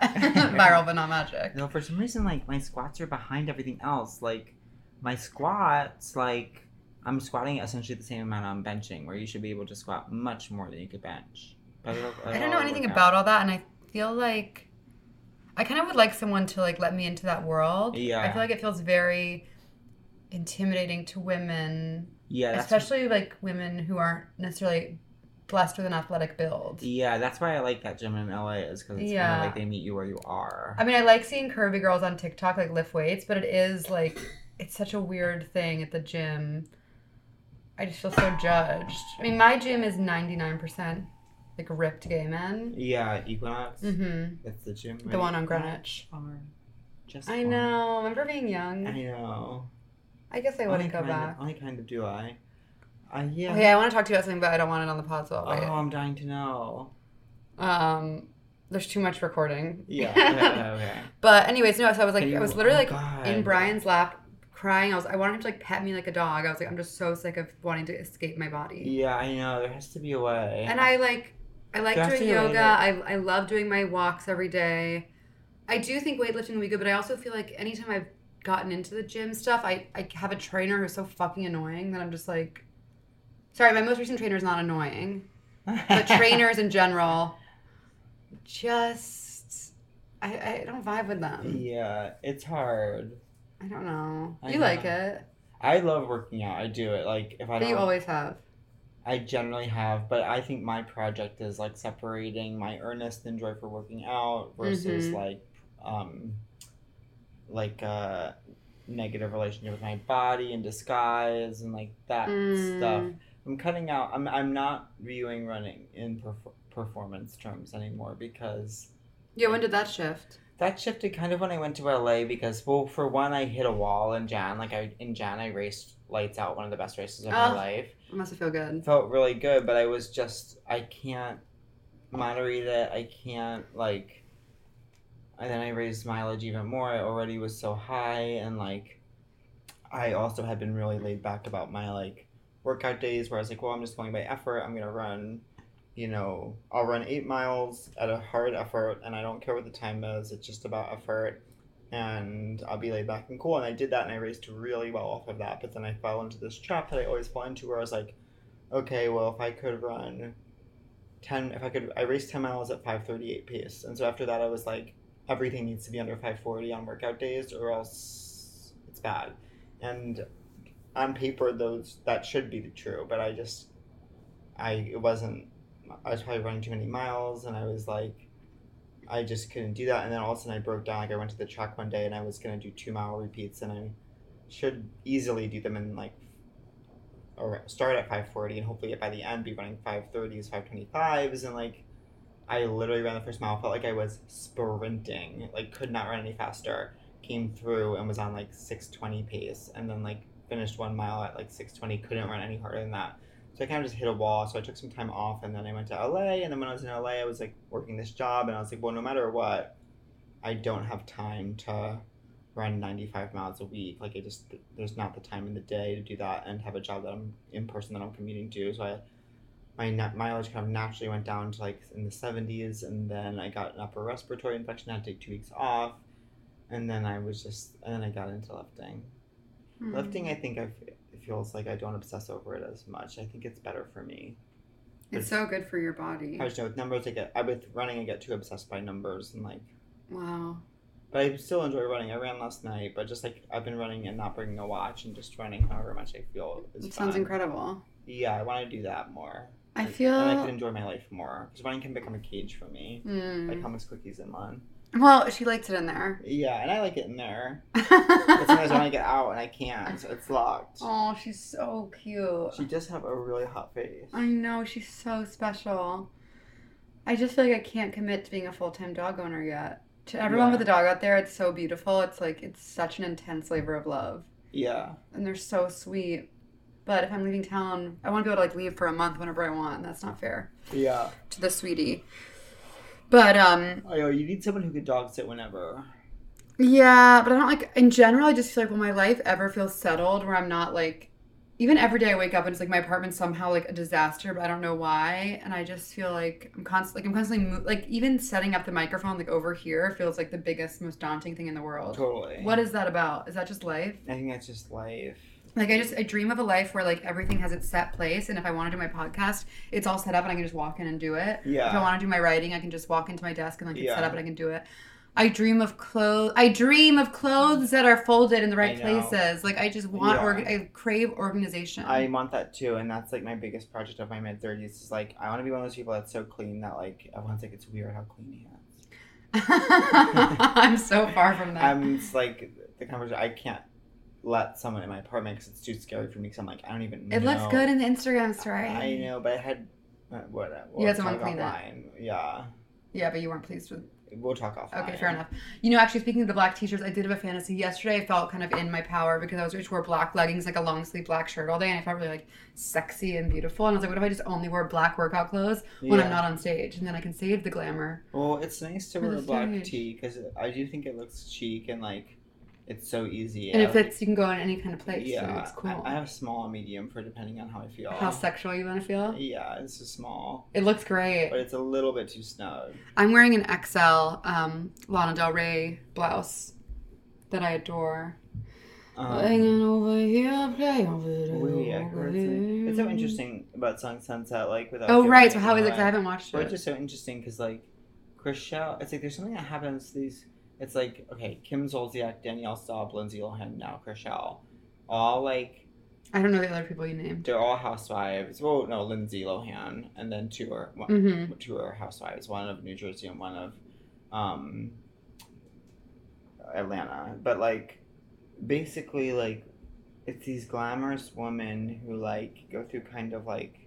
Speaker 2: viral but not magic.
Speaker 3: No, for some reason, like my squats are behind everything else. Like my squats, like I'm squatting essentially the same amount I'm benching, where you should be able to squat much more than you could bench. But it'll-
Speaker 2: I
Speaker 3: it'll
Speaker 2: don't know anything
Speaker 3: work
Speaker 2: about
Speaker 3: out.
Speaker 2: all that, and I feel like I kind of would like someone to like let me into that world.
Speaker 3: Yeah.
Speaker 2: I feel like it feels very intimidating to women
Speaker 3: Yeah, that's,
Speaker 2: especially like women who aren't necessarily blessed with an athletic build.
Speaker 3: yeah, that's why I like that gym in LA is because it's
Speaker 2: Yeah.
Speaker 3: kind of like they meet you where you are.
Speaker 2: I mean, I like seeing curvy girls on TikTok like lift weights, but it is like it's such a weird thing at the gym. I just feel so judged. I mean, my gym is 99% like ripped gay men.
Speaker 3: yeah, Equinox.
Speaker 2: Mm-hmm.
Speaker 3: That's the gym.
Speaker 2: The one on Greenwich.
Speaker 3: Are just
Speaker 2: I
Speaker 3: one.
Speaker 2: know. Remember being
Speaker 3: I
Speaker 2: young?
Speaker 3: know.
Speaker 2: I guess I
Speaker 3: Only
Speaker 2: wouldn't go
Speaker 3: kind of-
Speaker 2: back.
Speaker 3: Only kind of do I. Uh, yeah.
Speaker 2: Okay, I want to talk to you about something, but I don't want it on the pod, so I'll wait.
Speaker 3: oh, I'm dying to know.
Speaker 2: Um, there's too much recording.
Speaker 3: Yeah. okay, okay.
Speaker 2: But anyways, no. So I was like,
Speaker 3: Can
Speaker 2: I was
Speaker 3: you-
Speaker 2: literally
Speaker 3: oh,
Speaker 2: like in
Speaker 3: God.
Speaker 2: Brian's lap, crying. I was, I wanted him to like pet me like a dog. I was like, I'm just so sick of wanting to escape my body.
Speaker 3: Yeah, I know. There has to be a way.
Speaker 2: And I like, I like
Speaker 3: That's
Speaker 2: doing
Speaker 3: the way
Speaker 2: yoga. I,
Speaker 3: that-
Speaker 2: I love doing my walks every day. I do think weightlifting will be good, but I also feel like anytime I've gotten into the gym stuff, I, I have a trainer who's so fucking annoying that I'm just like, sorry, my most recent trainer is not annoying, but trainers in general, just I, I don't vibe with them.
Speaker 3: Yeah, it's hard.
Speaker 2: I don't know.
Speaker 3: I
Speaker 2: you like
Speaker 3: know.
Speaker 2: it.
Speaker 3: I love working out. I do it. Like if I
Speaker 2: But
Speaker 3: don't,
Speaker 2: you always have.
Speaker 3: I generally have. But I think my project is like separating my earnest and joy for working out versus
Speaker 2: Mhm.
Speaker 3: like, um, like a negative relationship with my body and disguise and like that stuff.
Speaker 2: Mm.
Speaker 3: I'm cutting out. I'm I'm not viewing running in perf- performance terms anymore because
Speaker 2: Yeah, when did that shift?
Speaker 3: That shifted kind of when I went to LA because, well, for one, I hit a wall in Jan. Like I in Jan, I raced lights out, one of the best races of my
Speaker 2: Oh.
Speaker 3: life.
Speaker 2: It must have feel good.
Speaker 3: Felt really good, but I was just I can't moderate it. I can't like. And then I raised mileage even more. I already was so high, and like, I also had been really laid back about my like workout days where I was like, well, I'm just going by effort. I'm going to run, you know, I'll run eight miles at a hard effort and I don't care what the time is. It's just about effort and I'll be laid back and cool. And I did that and I raced really well off of that. But then I fell into this trap that I always fall into where I was like, okay, well, if I could run 10, if I could, I raced 10 miles at 538 pace. And so after that, I was like, everything needs to be under 540 on workout days or else it's bad. And on paper, those, that should be true. But I just, I, it wasn't, I was probably running too many miles and I was like, I just couldn't do that. And then all of a sudden I broke down. Like I went to the track one day and I was gonna do two mile repeats and I should easily do them in like or start at five forty and hopefully by the end be running five thirties, five twenty fives and like I literally ran the first mile, felt like I was sprinting, like could not run any faster. Came through and was on like six twenty pace and then like finished one mile at like six twenty, couldn't run any harder than that. So I kind of just hit a wall. So I took some time off, and then I went to LA. And then when I was in LA, I was like working this job, and I was like, well, no matter what, I don't have time to run 95 miles a week. Like, I just, there's not the time in the day to do that and have a job that I'm in person that I'm commuting to. So I, my na- mileage kind of naturally went down to like in the 70s, and then I got an upper respiratory infection. I had to take two weeks off, and then I was just, and then I got into lifting.
Speaker 2: Hmm.
Speaker 3: Lifting, I think I've, it feels like I don't obsess over it as much. I think it's better for me.
Speaker 2: It's so good for your body.
Speaker 3: I just know with numbers, I get I with running, I get too obsessed by numbers and like.
Speaker 2: Wow.
Speaker 3: But I still enjoy running. I ran last night, but just like I've been running and not bringing a watch and just running however much I feel. Is
Speaker 2: It sounds
Speaker 3: fun.
Speaker 2: incredible.
Speaker 3: Yeah, I want to do that more.
Speaker 2: I
Speaker 3: Like, And I
Speaker 2: feel.
Speaker 3: can enjoy my life more because running can become a cage for me, like
Speaker 2: Mm.
Speaker 3: hummus cookies and one.
Speaker 2: Well, she likes it in there.
Speaker 3: Yeah, and I like it in there. But sometimes I want to get out and I can't. So it's locked.
Speaker 2: oh, she's so cute.
Speaker 3: She does have a really hot face.
Speaker 2: I know she's so special. I just feel like I can't commit to being a full time dog owner yet. To everyone
Speaker 3: Yeah.
Speaker 2: with a dog out there, it's so beautiful. It's like it's such an intense labor of love,
Speaker 3: Yeah.
Speaker 2: and they're so sweet. But if I'm leaving town, I want to be able to like leave for a month whenever I want, and that's not fair
Speaker 3: Yeah.
Speaker 2: to the sweetie. But um,
Speaker 3: Oh, yo, you need someone who could dog sit whenever.
Speaker 2: Yeah, but I don't like in general I just feel like will my life ever feel settled where I'm not like even every day I wake up and it's like my apartment's somehow like a disaster, but I don't know why. And I just feel like I'm constantly like I'm constantly mo- like even setting up the microphone like over here feels like the biggest, most daunting thing in the world.
Speaker 3: Totally.
Speaker 2: What is that about? Is that just life?
Speaker 3: I think that's just life.
Speaker 2: Like I just I dream of a life where like everything has its set place, and if I want to do my podcast, it's all set up and I can just walk in and do it. If I
Speaker 3: Yeah.
Speaker 2: want to do my writing, I can just walk into my desk and like it's set
Speaker 3: Yeah.
Speaker 2: up and I can do it. I dream of clothes. I dream of clothes that are folded in the right
Speaker 3: I know.
Speaker 2: places. Like I just want,
Speaker 3: Yeah.
Speaker 2: org- I crave organization.
Speaker 3: I want that too, and that's like my biggest project of my mid thirties is like I want to be one of those people that's so clean that like everyone's like it's weird how clean he is.
Speaker 2: I'm so far from that.
Speaker 3: I'm it's like the conversation I can't let someone in my apartment because it's too scary for me. Because I'm like I don't even.
Speaker 2: it
Speaker 3: know.
Speaker 2: looks good in the Instagram story.
Speaker 3: I know, but I had uh, what? uh,
Speaker 2: You had someone
Speaker 3: talk
Speaker 2: clean it.
Speaker 3: offline. Yeah,
Speaker 2: Yeah, but you weren't pleased with.
Speaker 3: we'll talk offline.
Speaker 2: Okay, fair enough. You know, actually speaking of the black t-shirts, I did have a fantasy yesterday. I felt kind of in my power because I was I just wore black leggings, like a long sleeve black shirt all day, and I felt really like sexy and beautiful. And I was like, what if I just only wore black workout clothes? when I'm
Speaker 3: Yeah.
Speaker 2: not on stage, and then I can save the glamour.
Speaker 3: Well, it's nice to
Speaker 2: For
Speaker 3: wear
Speaker 2: the
Speaker 3: black
Speaker 2: stage.
Speaker 3: tee because I do think it looks chic and like it's so easy.
Speaker 2: And
Speaker 3: I
Speaker 2: it fits, you can go in any kind of place. Yeah.
Speaker 3: Yeah,
Speaker 2: And it's cool.
Speaker 3: I, I have small and medium for depending on how I feel.
Speaker 2: How sexual you want to feel.
Speaker 3: Yeah, it's just small,
Speaker 2: It looks great.
Speaker 3: but it's a little bit too snug.
Speaker 2: I'm wearing an XL um, Lana Del Rey blouse that I adore.
Speaker 3: Um,
Speaker 2: Hanging over here, play over there,
Speaker 3: oh, yeah,
Speaker 2: over
Speaker 3: it's, it's so
Speaker 2: there.
Speaker 3: interesting about song Sunset, like without.
Speaker 2: Oh
Speaker 3: giving
Speaker 2: right, so how is it?
Speaker 3: away.
Speaker 2: 'Cause I haven't watched
Speaker 3: Well, it's
Speaker 2: it.
Speaker 3: just so interesting because like, Chriselle, it's like there's something that happens. to These, it's like okay, Kim Zolciak, Danielle Staub, Lindsay Lohan, now Chriselle, all like
Speaker 2: I don't know the other people you named.
Speaker 3: they're all housewives. Well, no, Lindsay Lohan, and then two are one,
Speaker 2: hmm
Speaker 3: two are housewives, one of New Jersey and one of um, Atlanta. But like, basically, like, it's these glamorous women who like go through kind of like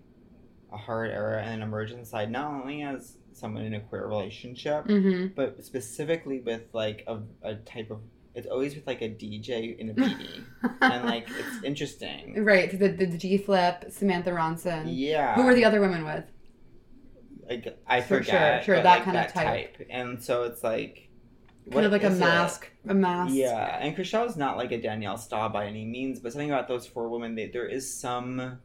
Speaker 3: a hard era and an emerge inside not only as someone in a queer relationship,
Speaker 2: hmm
Speaker 3: but specifically with like a, a type of. It's always with like a DJ in a beanie, and like it's interesting.
Speaker 2: right, so the, the G Flip, Samantha Ronson.
Speaker 3: Yeah.
Speaker 2: Who were the other women with?
Speaker 3: like I
Speaker 2: Sure,
Speaker 3: forget.
Speaker 2: sure, sure,
Speaker 3: but,
Speaker 2: that
Speaker 3: like,
Speaker 2: kind of type.
Speaker 3: And so it's like
Speaker 2: Kind of like a
Speaker 3: is it?
Speaker 2: mask, a mask.
Speaker 3: Yeah, and Chriselle's not like a Danielle Staub by any means, but something about those four women, they, there is some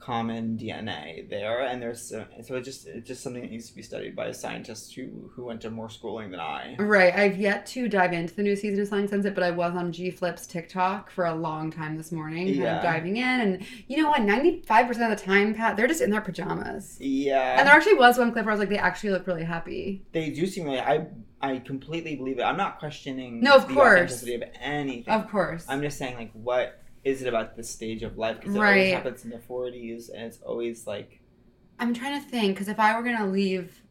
Speaker 3: common DNA there, and there's uh, so it just it's just something that needs to be studied by scientists who who went to more schooling than I.
Speaker 2: Right. I've yet to dive into the new season of Selling Sunset, but I was on G Flip's TikTok for a long time this morning, kind
Speaker 3: Yeah.
Speaker 2: of diving in. And you know what? 95% of the time, Pat, they're just in their pajamas.
Speaker 3: Yeah,
Speaker 2: And there actually was one clip where I was like, they actually look really happy.
Speaker 3: they do seem like I I completely believe it. I'm not questioning
Speaker 2: No, of
Speaker 3: the
Speaker 2: course.
Speaker 3: authenticity of anything.
Speaker 2: Of course.
Speaker 3: I'm just saying like what is it about this stage of life because it
Speaker 2: Right.
Speaker 3: always happens in the 40s and it's always like
Speaker 2: I'm trying to think, because if I were going to leave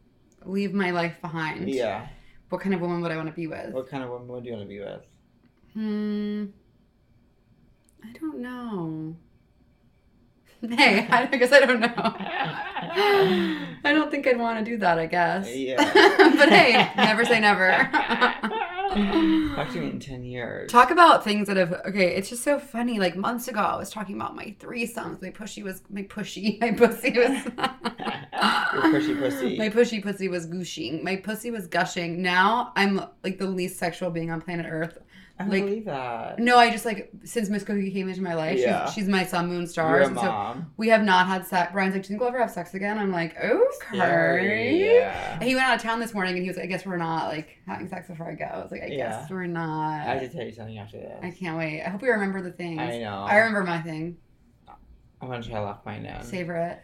Speaker 2: leave my life behind,
Speaker 3: yeah
Speaker 2: what kind of woman would I want to be with?
Speaker 3: what kind of woman would you want to be with?
Speaker 2: Hmm. I don't know. Hey, I guess I don't know. I don't think I'd want to do that, I guess.
Speaker 3: Yeah.
Speaker 2: but hey, never say never.
Speaker 3: Talk to me in 10 years.
Speaker 2: Talk about things that have okay. It's just so funny. Like months ago, I was talking about my threesomes. My pushy was my pushy. My pussy was
Speaker 3: Your pushy pussy.
Speaker 2: My pushy pussy was gushing. My pussy was gushing. Now I'm like the least sexual being on planet Earth.
Speaker 3: I don't
Speaker 2: like-
Speaker 3: believe that.
Speaker 2: No, I just like since Miss Cookie came into my life,
Speaker 3: Yeah.
Speaker 2: she's, she's my sun, moon,
Speaker 3: You're
Speaker 2: stars.
Speaker 3: a
Speaker 2: And so
Speaker 3: mom.
Speaker 2: we have not had sex. Brian's like, do you think we'll ever have sex again? I'm like, okay.
Speaker 3: Yeah.
Speaker 2: He went out of town this morning and he was like, I guess we're not like having sex before I go. I was like, I
Speaker 3: Yeah.
Speaker 2: guess we're not.
Speaker 3: I have
Speaker 2: I,
Speaker 3: to tell you something after this.
Speaker 2: can't wait. I hope we remember the things.
Speaker 3: I know.
Speaker 2: I remember my thing.
Speaker 3: I'm going to try to lock mine down.
Speaker 2: Savor it.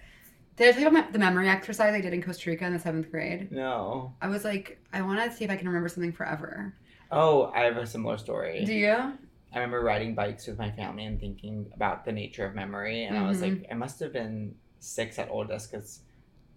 Speaker 2: Did I tell you about my- the memory exercise I did in Costa Rica in the seventh grade?
Speaker 3: No.
Speaker 2: I was like, I want to see if I can remember something forever.
Speaker 3: Oh, I have a similar story.
Speaker 2: Do you?
Speaker 3: I remember riding bikes with my family and thinking about the nature of memory, and I was like,
Speaker 2: Mm-hmm.
Speaker 3: I must have been six at oldest, cause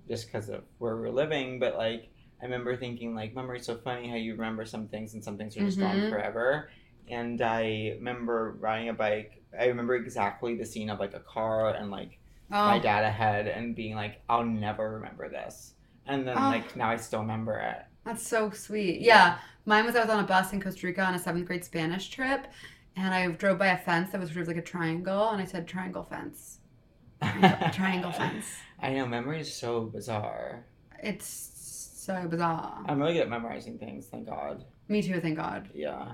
Speaker 3: just because of where we were living. But like, I remember thinking like, memory's so funny how you remember some things and some things are just
Speaker 2: Mhm.
Speaker 3: gone forever. And I remember riding a bike. I remember exactly the scene of like a car and like my
Speaker 2: Oh,
Speaker 3: dad ahead and being like, I'll never remember this. And then
Speaker 2: Oh.
Speaker 3: like now I still remember it.
Speaker 2: that's so sweet. Yeah. Mine was I was on a bus in Costa Rica on a seventh grade Spanish trip, and I drove by a fence that was sort of like a triangle, and I said triangle fence, triangle, triangle fence.
Speaker 3: I know memory is so bizarre.
Speaker 2: It's so bizarre.
Speaker 3: I'm really good at memorizing things, thank God.
Speaker 2: Me too, thank God.
Speaker 3: Yeah.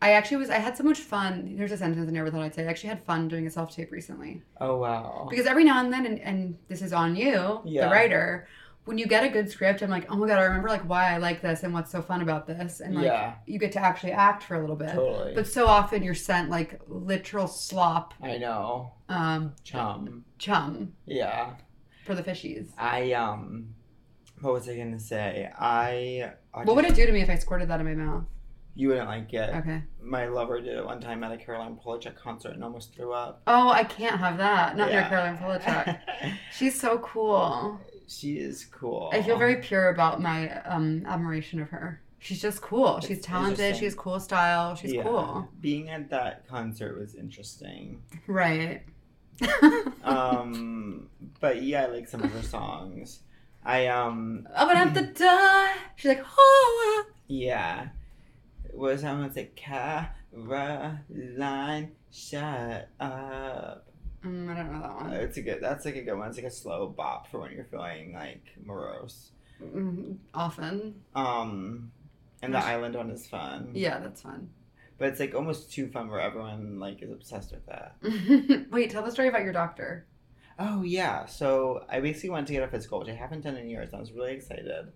Speaker 2: I actually was I had so much fun. There's a sentence I never thought I'd say. I actually had fun doing a self tape recently
Speaker 3: Oh wow.
Speaker 2: because every now and then, and, and this is on you,
Speaker 3: Yeah.
Speaker 2: the writer. When you get a good script, I'm like, oh my god, I remember like why I like this and what's so fun about this, and like
Speaker 3: Yeah.
Speaker 2: you get to actually act for a little bit.
Speaker 3: totally.
Speaker 2: But so often you're sent like literal slop
Speaker 3: I know.
Speaker 2: um,
Speaker 3: Chum.
Speaker 2: chum
Speaker 3: Yeah.
Speaker 2: for the fishies.
Speaker 3: I um what was I gonna say? I
Speaker 2: What would it do to me if I squirted that in my mouth?
Speaker 3: you wouldn't like it.
Speaker 2: Okay.
Speaker 3: My lover did it one time at a Caroline Polachek concert and almost threw up.
Speaker 2: Oh, I can't have that. Not near
Speaker 3: Yeah.
Speaker 2: Caroline Polachek. She's so cool.
Speaker 3: she is cool.
Speaker 2: I feel very pure about my um, admiration of her. She's just cool. She's
Speaker 3: It's
Speaker 2: talented. She
Speaker 3: interesting.
Speaker 2: has cool style. She's
Speaker 3: Yeah.
Speaker 2: cool.
Speaker 3: Being at that concert was interesting.
Speaker 2: Right.
Speaker 3: Um but yeah, I like some of her songs. I um
Speaker 2: I'm gonna have to die. She's like, oh.
Speaker 3: Yeah. What was that one? It's like Caroline, shut up.
Speaker 2: uh." Mm, I don't know that one.
Speaker 3: It's a good. That's like a good one. It's like a slow bop for when you're feeling like morose.
Speaker 2: Mm, often.
Speaker 3: Um, and the
Speaker 2: Yes.
Speaker 3: island one is fun.
Speaker 2: Yeah, that's fun.
Speaker 3: But it's like almost too fun where everyone like is obsessed with that.
Speaker 2: Wait, tell the story about your doctor.
Speaker 3: Oh yeah. So I basically went to get a physical, which I haven't done in years. And I was really excited.
Speaker 2: to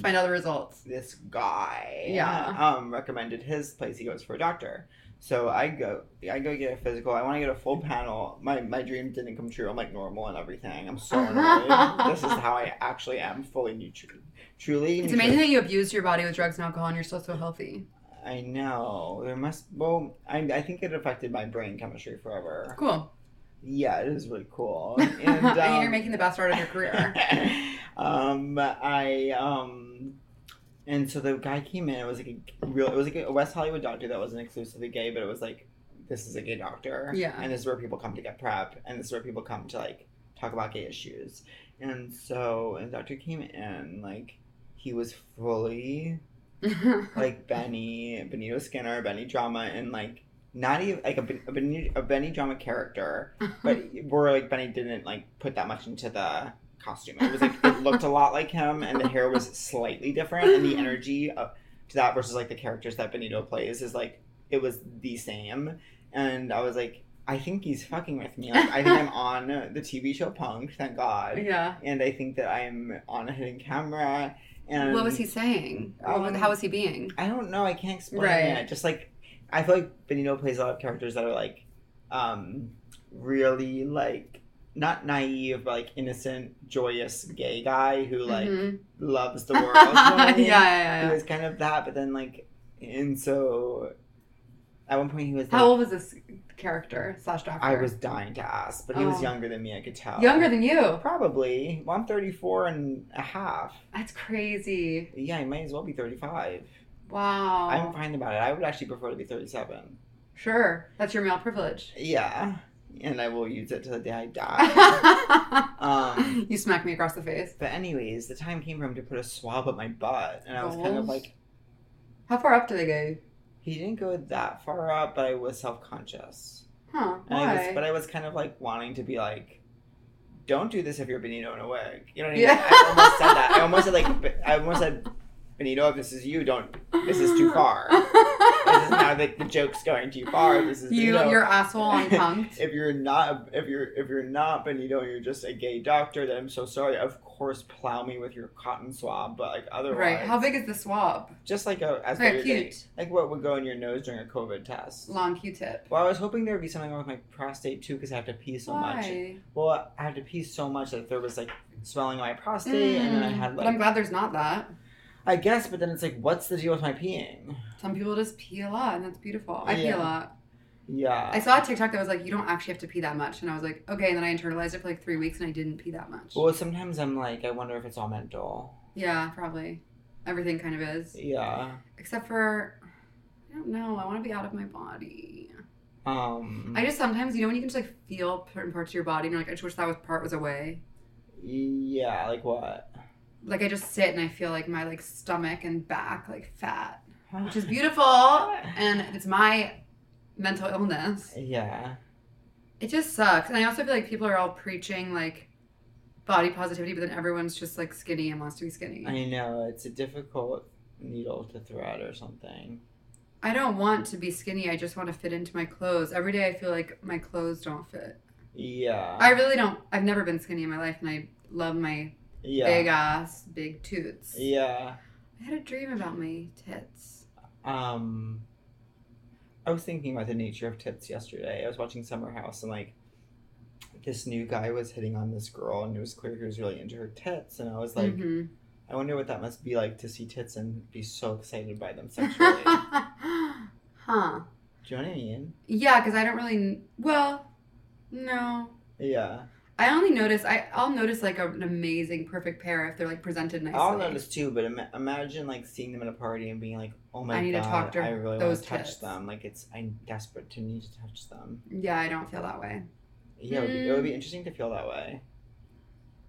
Speaker 2: find out the results.
Speaker 3: this guy
Speaker 2: Yeah.
Speaker 3: um recommended his place he goes for a doctor so i go i go get a physical i want to get a full panel my my dream didn't come true i'm like normal and everything i'm so annoyed this is how i actually am fully nutri- truly
Speaker 2: It's
Speaker 3: nutri-
Speaker 2: amazing that you abused your body with drugs and alcohol and you're still so healthy.
Speaker 3: i know there must well I, I think it affected my brain chemistry forever
Speaker 2: Cool.
Speaker 3: yeah it is really cool
Speaker 2: And,
Speaker 3: and um,
Speaker 2: you're making the best out of your career.
Speaker 3: um, I um, and so the guy came in. It was like a real. It was like a West Hollywood doctor that wasn't exclusively gay, but it was like this is a gay doctor.
Speaker 2: Yeah.
Speaker 3: And this is where people come to get prep, and this is where people come to like talk about gay issues. And so, and the doctor came in like he was fully like Benny, Benito Skinner, Benny Drama, and like not even like a, Ben- a, Benny, a Benny Drama character,
Speaker 2: Uh-huh.
Speaker 3: but where like Benny didn't like put that much into the costume. It was like it looked a lot like him, and the hair was slightly different, and the energy of, to that versus like the characters that Benito plays is like it was the same, and I was like. I think he's fucking with me. Like, I think I'm on the TV show Punk, thank God.
Speaker 2: Yeah.
Speaker 3: And I think that I'm on a hidden camera. And
Speaker 2: What was he saying? Or what-
Speaker 3: Um,
Speaker 2: How was he being?
Speaker 3: I don't know. I can't explain
Speaker 2: Right.
Speaker 3: it. Just like I feel like Benito plays a lot of characters that are like um really like not naive but like innocent, joyous gay guy who like
Speaker 2: Mhm.
Speaker 3: loves the world. you know what I
Speaker 2: yeah, yeah,
Speaker 3: mean?
Speaker 2: yeah,
Speaker 3: He
Speaker 2: yeah.
Speaker 3: was kind of that, but then like and so at one point he was like
Speaker 2: How old was this character slash doctor?
Speaker 3: I was uh, dying to ask, but he was
Speaker 2: Oh.
Speaker 3: younger than me, I could tell.
Speaker 2: younger than you.
Speaker 3: Probably. Well, I'm 34 and a half.
Speaker 2: That's crazy.
Speaker 3: Yeah, I might as well be 35.
Speaker 2: Wow.
Speaker 3: I'm fine about it. I would actually prefer to be 37.
Speaker 2: sure. That's your male privilege.
Speaker 3: Yeah, and I will use it till the day I die. um,
Speaker 2: you smacked me across the face.
Speaker 3: but anyways, the time came for him to put a swab up my butt, and I was kind of
Speaker 2: Goals.
Speaker 3: like,
Speaker 2: How far up do they go?
Speaker 3: he didn't go that far up, but I was self conscious,
Speaker 2: Huh?
Speaker 3: and I was,
Speaker 2: Why?
Speaker 3: but I was kind of like wanting to be like, don't do this if you're Benito in a wig. You know what I mean?
Speaker 2: Yeah.
Speaker 3: I almost said that. I almost said like, Be- I almost said, Benito, if this is you, don't. This is too far. This is now like the joke's going too far. This is
Speaker 2: you,
Speaker 3: Benito.
Speaker 2: your asshole on punked.
Speaker 3: if you're not if you're if you're not Benito, you're just a gay doctor. Then I'm so sorry. Of course, plow me with your cotton swab, but like otherwise,
Speaker 2: right. How big is the swab?
Speaker 3: Just like a as
Speaker 2: Right,
Speaker 3: though you're getting-
Speaker 2: cute.
Speaker 3: like what would go in your nose during a COVID test.
Speaker 2: Long Q-tip.
Speaker 3: well, I was hoping there would be something wrong with my prostate too, because I have to pee so much.
Speaker 2: Why?
Speaker 3: Well, I have to pee so much that there was like swelling in my prostate, and then I
Speaker 2: Mm,
Speaker 3: had
Speaker 2: but I'm
Speaker 3: like
Speaker 2: glad there's not that.
Speaker 3: I guess, but then it's like, what's the deal with my peeing?
Speaker 2: Some people just pee a lot, and that's beautiful. I pee
Speaker 3: Yeah.
Speaker 2: a lot.
Speaker 3: Yeah,
Speaker 2: I saw a TikTok that was like, you don't actually have to pee that much, and I was like, okay. And then I internalized it for like three weeks, and I didn't pee that much.
Speaker 3: well, sometimes I'm like, I wonder if it's all mental.
Speaker 2: yeah, probably. Everything kind of is,
Speaker 3: Yeah.
Speaker 2: except for I don't know. I want to be out of my body.
Speaker 3: Um.
Speaker 2: I just sometimes, you know, when you can just like feel certain parts of your body, and you're like, I just wish that was part was away.
Speaker 3: yeah. Like what?
Speaker 2: Like I just sit and I feel like my like stomach and back like fat, which is beautiful, and it's my mental illness.
Speaker 3: Yeah.
Speaker 2: It just sucks. And I also feel like people are all preaching like body positivity, but then everyone's just like skinny and wants to be skinny. I,
Speaker 3: I know. It's a difficult needle to thread or something.
Speaker 2: don't want to be skinny. I just want to fit into my clothes. Every day I feel like my clothes don't fit.
Speaker 3: Yeah.
Speaker 2: I really don't. I've never been skinny in my life and I love my
Speaker 3: yeah.
Speaker 2: big ass, big toots.
Speaker 3: Yeah.
Speaker 2: I had a dream about my tits.
Speaker 3: Um. I was thinking about the nature of tits yesterday. I was watching Summer House and like this new guy was hitting on this girl and it was clear he was really into her tits and I was like,
Speaker 2: Mhm.
Speaker 3: I wonder what that must be like to see tits and be so excited by them sexually. Do
Speaker 2: huh.
Speaker 3: you know what I mean?
Speaker 2: Yeah, because I don't really. Well, no.
Speaker 3: Yeah.
Speaker 2: I only notice I I'll notice like a, an amazing perfect pair if they're like presented nicely.
Speaker 3: I'll notice too, but Im- imagine like seeing them at a party and being like, "Oh my
Speaker 2: I need to
Speaker 3: god,
Speaker 2: talk to
Speaker 3: I really
Speaker 2: those
Speaker 3: want to touch
Speaker 2: tits."
Speaker 3: them." Like it's, I'm desperate to need to touch them.
Speaker 2: Yeah, I don't feel that way.
Speaker 3: Yeah, it, would be, it
Speaker 2: Hmm.
Speaker 3: would be interesting to feel that way.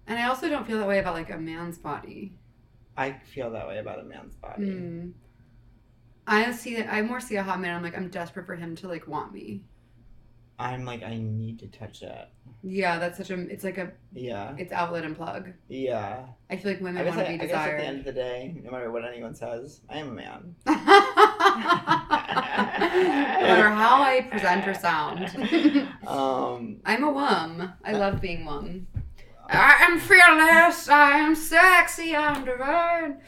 Speaker 2: And I also don't feel that way about like a man's body.
Speaker 3: I feel that way about a man's body.
Speaker 2: Mm. I see I more see a hot man. I'm like I'm desperate for him to like want me.
Speaker 3: I'm like, I need to touch it.
Speaker 2: Yeah, that's such a it's like a
Speaker 3: Yeah,
Speaker 2: it's outlet and plug.
Speaker 3: yeah.
Speaker 2: I feel like
Speaker 3: I,
Speaker 2: women
Speaker 3: guess,
Speaker 2: want
Speaker 3: I,
Speaker 2: to be
Speaker 3: I guess at the end
Speaker 2: desired.
Speaker 3: of the day, no matter what anyone says, I am a man.
Speaker 2: no matter how I present or sound.
Speaker 3: um,
Speaker 2: I'm a wom. I love being wom. I am fearless. I am sexy. I'm divine.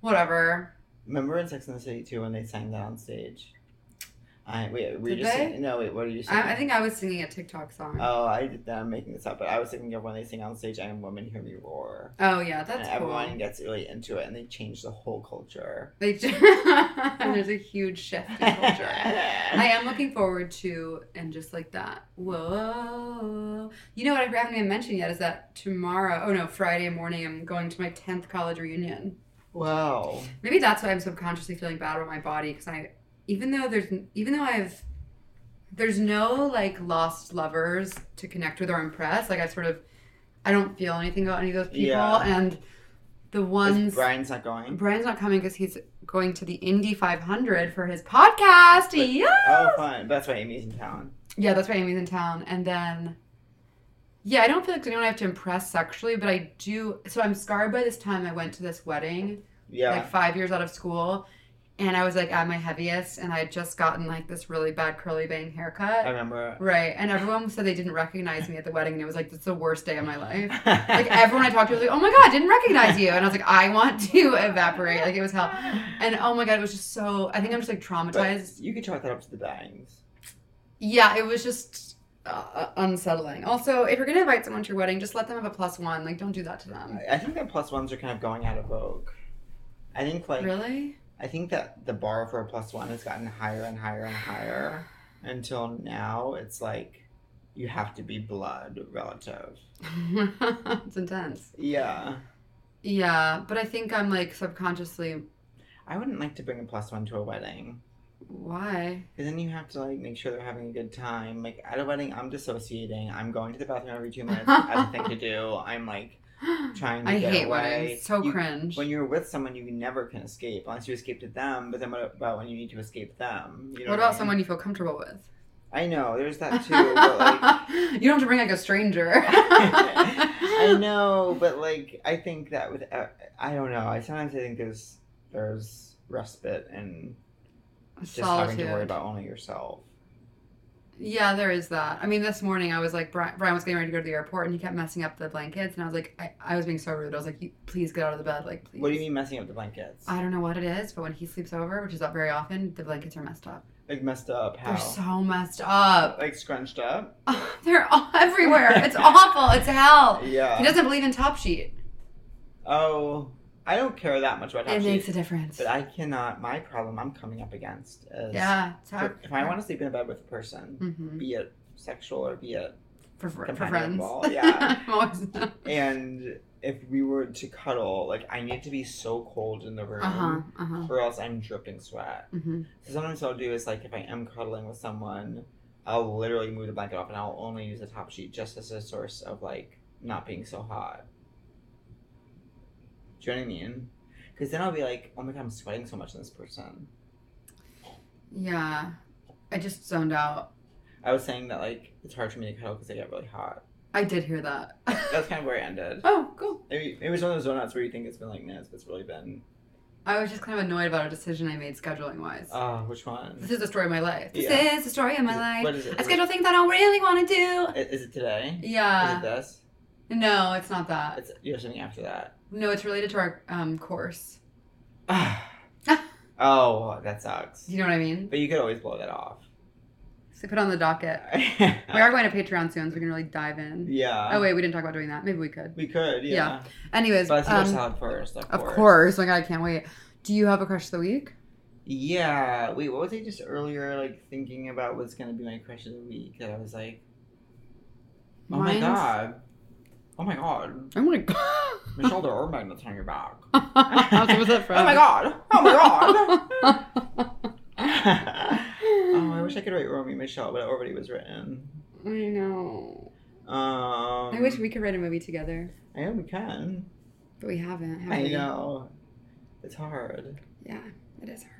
Speaker 2: Whatever.
Speaker 3: remember in Sex and the City too when they sang that on stage? I wait, were you
Speaker 2: Did
Speaker 3: just
Speaker 2: they?
Speaker 3: singing? No, wait, what are you saying?
Speaker 2: I, I think I was singing a TikTok song. Oh,
Speaker 3: Oh, I did that. I'm making this up, but I was thinking of when they sing on stage, "I am woman, hear me roar,"
Speaker 2: Oh, yeah,
Speaker 3: and
Speaker 2: that's
Speaker 3: everyone
Speaker 2: cool.
Speaker 3: gets really into it, and they change the whole culture.
Speaker 2: They ju- There's a huge shift in culture. I
Speaker 3: I
Speaker 2: am looking forward to and just like that. Whoa. You know what I haven't even mentioned yet is that tomorrow, oh no, Friday morning, I'm going to my 10th college reunion.
Speaker 3: wow.
Speaker 2: Maybe that's why I'm subconsciously feeling bad about my body because I, even though there's, even though I've, there's no like lost lovers to connect with or impress. Like I sort of, I don't feel anything about any of those people.
Speaker 3: Yeah.
Speaker 2: And the
Speaker 3: Is
Speaker 2: ones
Speaker 3: Brian's not going.
Speaker 2: Brian's not coming because he's going to the Indy 500 for his podcast.
Speaker 3: Oh,
Speaker 2: Yeah.
Speaker 3: fun. That's why Amy's in town.
Speaker 2: Yeah, that's why Amy's in town. And then, yeah, I don't feel like anyone I have to impress sexually, but I do. So I'm scarred by this time I went to this wedding
Speaker 3: Yeah.
Speaker 2: like five years out of school. and I was like at my heaviest, and I had just gotten like this really bad curly bang
Speaker 3: I
Speaker 2: haircut.
Speaker 3: remember.
Speaker 2: Right, and everyone said they didn't recognize me at the wedding, and it was like that's the worst day of my life. Like everyone I talked to was like, "Oh my god, didn't recognize you," and I was like, "I want to evaporate." Like it was hell, and oh my god, it was just so. I think I'm just like traumatized.
Speaker 3: But you could chalk that up to the dyings.
Speaker 2: Yeah, it was just uh, unsettling. Also, if you're gonna invite someone to your wedding, just let them have a plus one. Like, don't do that to them.
Speaker 3: I- I think that plus ones are kind of going out of vogue. I think like
Speaker 2: Really?
Speaker 3: I think that the bar for a plus one has gotten higher and higher and higher until now it's like you have to be blood relative.
Speaker 2: it's intense.
Speaker 3: Yeah.
Speaker 2: Yeah, but I think I'm like subconsciously.
Speaker 3: I wouldn't like to bring a plus one to a wedding.
Speaker 2: Why?
Speaker 3: Because then you have to like make sure they're having a good time. Like at a wedding, I'm dissociating. I'm going to the bathroom every two minutes. I have a thing to do. I'm like trying to
Speaker 2: I
Speaker 3: get
Speaker 2: hate
Speaker 3: away.
Speaker 2: weddings. So
Speaker 3: You-
Speaker 2: cringe.
Speaker 3: When you're with someone, you never can escape unless you escape to them. But then what about when you need to escape them? You know
Speaker 2: what
Speaker 3: I
Speaker 2: about
Speaker 3: mean?
Speaker 2: someone you feel comfortable with?
Speaker 3: I know there's that too. but like,
Speaker 2: you don't have to bring like a stranger.
Speaker 3: I know, but like I think that with I don't know. I sometimes I think there's there's respite and just having to worry
Speaker 2: Solitude.
Speaker 3: about only yourself.
Speaker 2: Yeah, there is that. I mean, this morning I was like, Brian, Brian was getting ready to go to the airport, and he kept messing up the blankets, and I was like, I, I was being so rude. I was like, you, please get out of the bed, like, please.
Speaker 3: What do you mean messing up the blankets?
Speaker 2: I don't know what it is, but when he sleeps over, which is not very often, the blankets are messed up.
Speaker 3: like messed up? How?
Speaker 2: They're so messed up.
Speaker 3: like scrunched up?
Speaker 2: They're all everywhere. It's awful. It's hell. He
Speaker 3: Yeah.
Speaker 2: doesn't believe in top sheet.
Speaker 3: Oh, I don't care that much about how
Speaker 2: it
Speaker 3: she.
Speaker 2: makes a difference.
Speaker 3: But I cannot. My problem I'm coming up against is
Speaker 2: yeah, it's
Speaker 3: for- if I want to sleep in a bed with a person,
Speaker 2: hmm
Speaker 3: be it sexual or be it,
Speaker 2: for, for, for friends.
Speaker 3: Companionable, yeah.
Speaker 2: I'm always-
Speaker 3: and if we were to cuddle, like I need to be so cold in the room.
Speaker 2: uh-huh. Uh-huh.
Speaker 3: or else I'm dripping sweat.
Speaker 2: hmm
Speaker 3: So sometimes what I'll do is like if I am cuddling with someone, I'll literally move the blanket off and I'll only use the top sheet just as a source of like not being so hot. Do you know what I mean? Because then I'll be like, oh my god, I'm sweating so much in this person.
Speaker 2: Yeah. I just zoned out.
Speaker 3: I was saying that like it's hard for me to cuddle because I get really hot.
Speaker 2: I did hear that.
Speaker 3: That's kind of where I ended.
Speaker 2: oh, cool.
Speaker 3: Maybe, maybe it's one of those zone outs where you think it's been like minutes, but it's really been.
Speaker 2: I was just kind of annoyed about a decision I made scheduling wise.
Speaker 3: Ah, which one?
Speaker 2: this is the story of my life. This
Speaker 3: Yeah.
Speaker 2: is the story of my
Speaker 3: Is it-
Speaker 2: life.
Speaker 3: What is it?
Speaker 2: I schedule things I don't really want to do.
Speaker 3: I- Is it today? Is it
Speaker 2: Yeah.
Speaker 3: this?
Speaker 2: No, it's not that.
Speaker 3: It's you're something after that.
Speaker 2: No, it's related to our um, course.
Speaker 3: oh, that sucks.
Speaker 2: Do you know what I mean?
Speaker 3: But you could always blow that off.
Speaker 2: So put on the docket. We are going to Patreon soon, so we can really dive in.
Speaker 3: yeah.
Speaker 2: Oh wait, we didn't talk about doing that. Maybe we could.
Speaker 3: We could, yeah.
Speaker 2: Yeah, Anyways,
Speaker 3: But I
Speaker 2: um,
Speaker 3: salad first, of
Speaker 2: of
Speaker 3: course.
Speaker 2: course. Oh my god, I can't wait. Do you have a crush of the week?
Speaker 3: Yeah. Wait, what was I just earlier like thinking about what's gonna be my crush of the week? And I was like, oh my
Speaker 2: Mine's-
Speaker 3: god. Oh my god.
Speaker 2: Oh my god.
Speaker 3: My shoulder or magnets on your back.
Speaker 2: What was that from?
Speaker 3: Oh my god. Oh my god.
Speaker 2: god.
Speaker 3: oh, I wish I could write Romy Michelle, but it already was written.
Speaker 2: I know.
Speaker 3: Um,
Speaker 2: I wish we could write a movie together,
Speaker 3: I know we can.
Speaker 2: but we haven't. have
Speaker 3: I
Speaker 2: we?
Speaker 3: know. It's hard.
Speaker 2: Yeah, it is hard.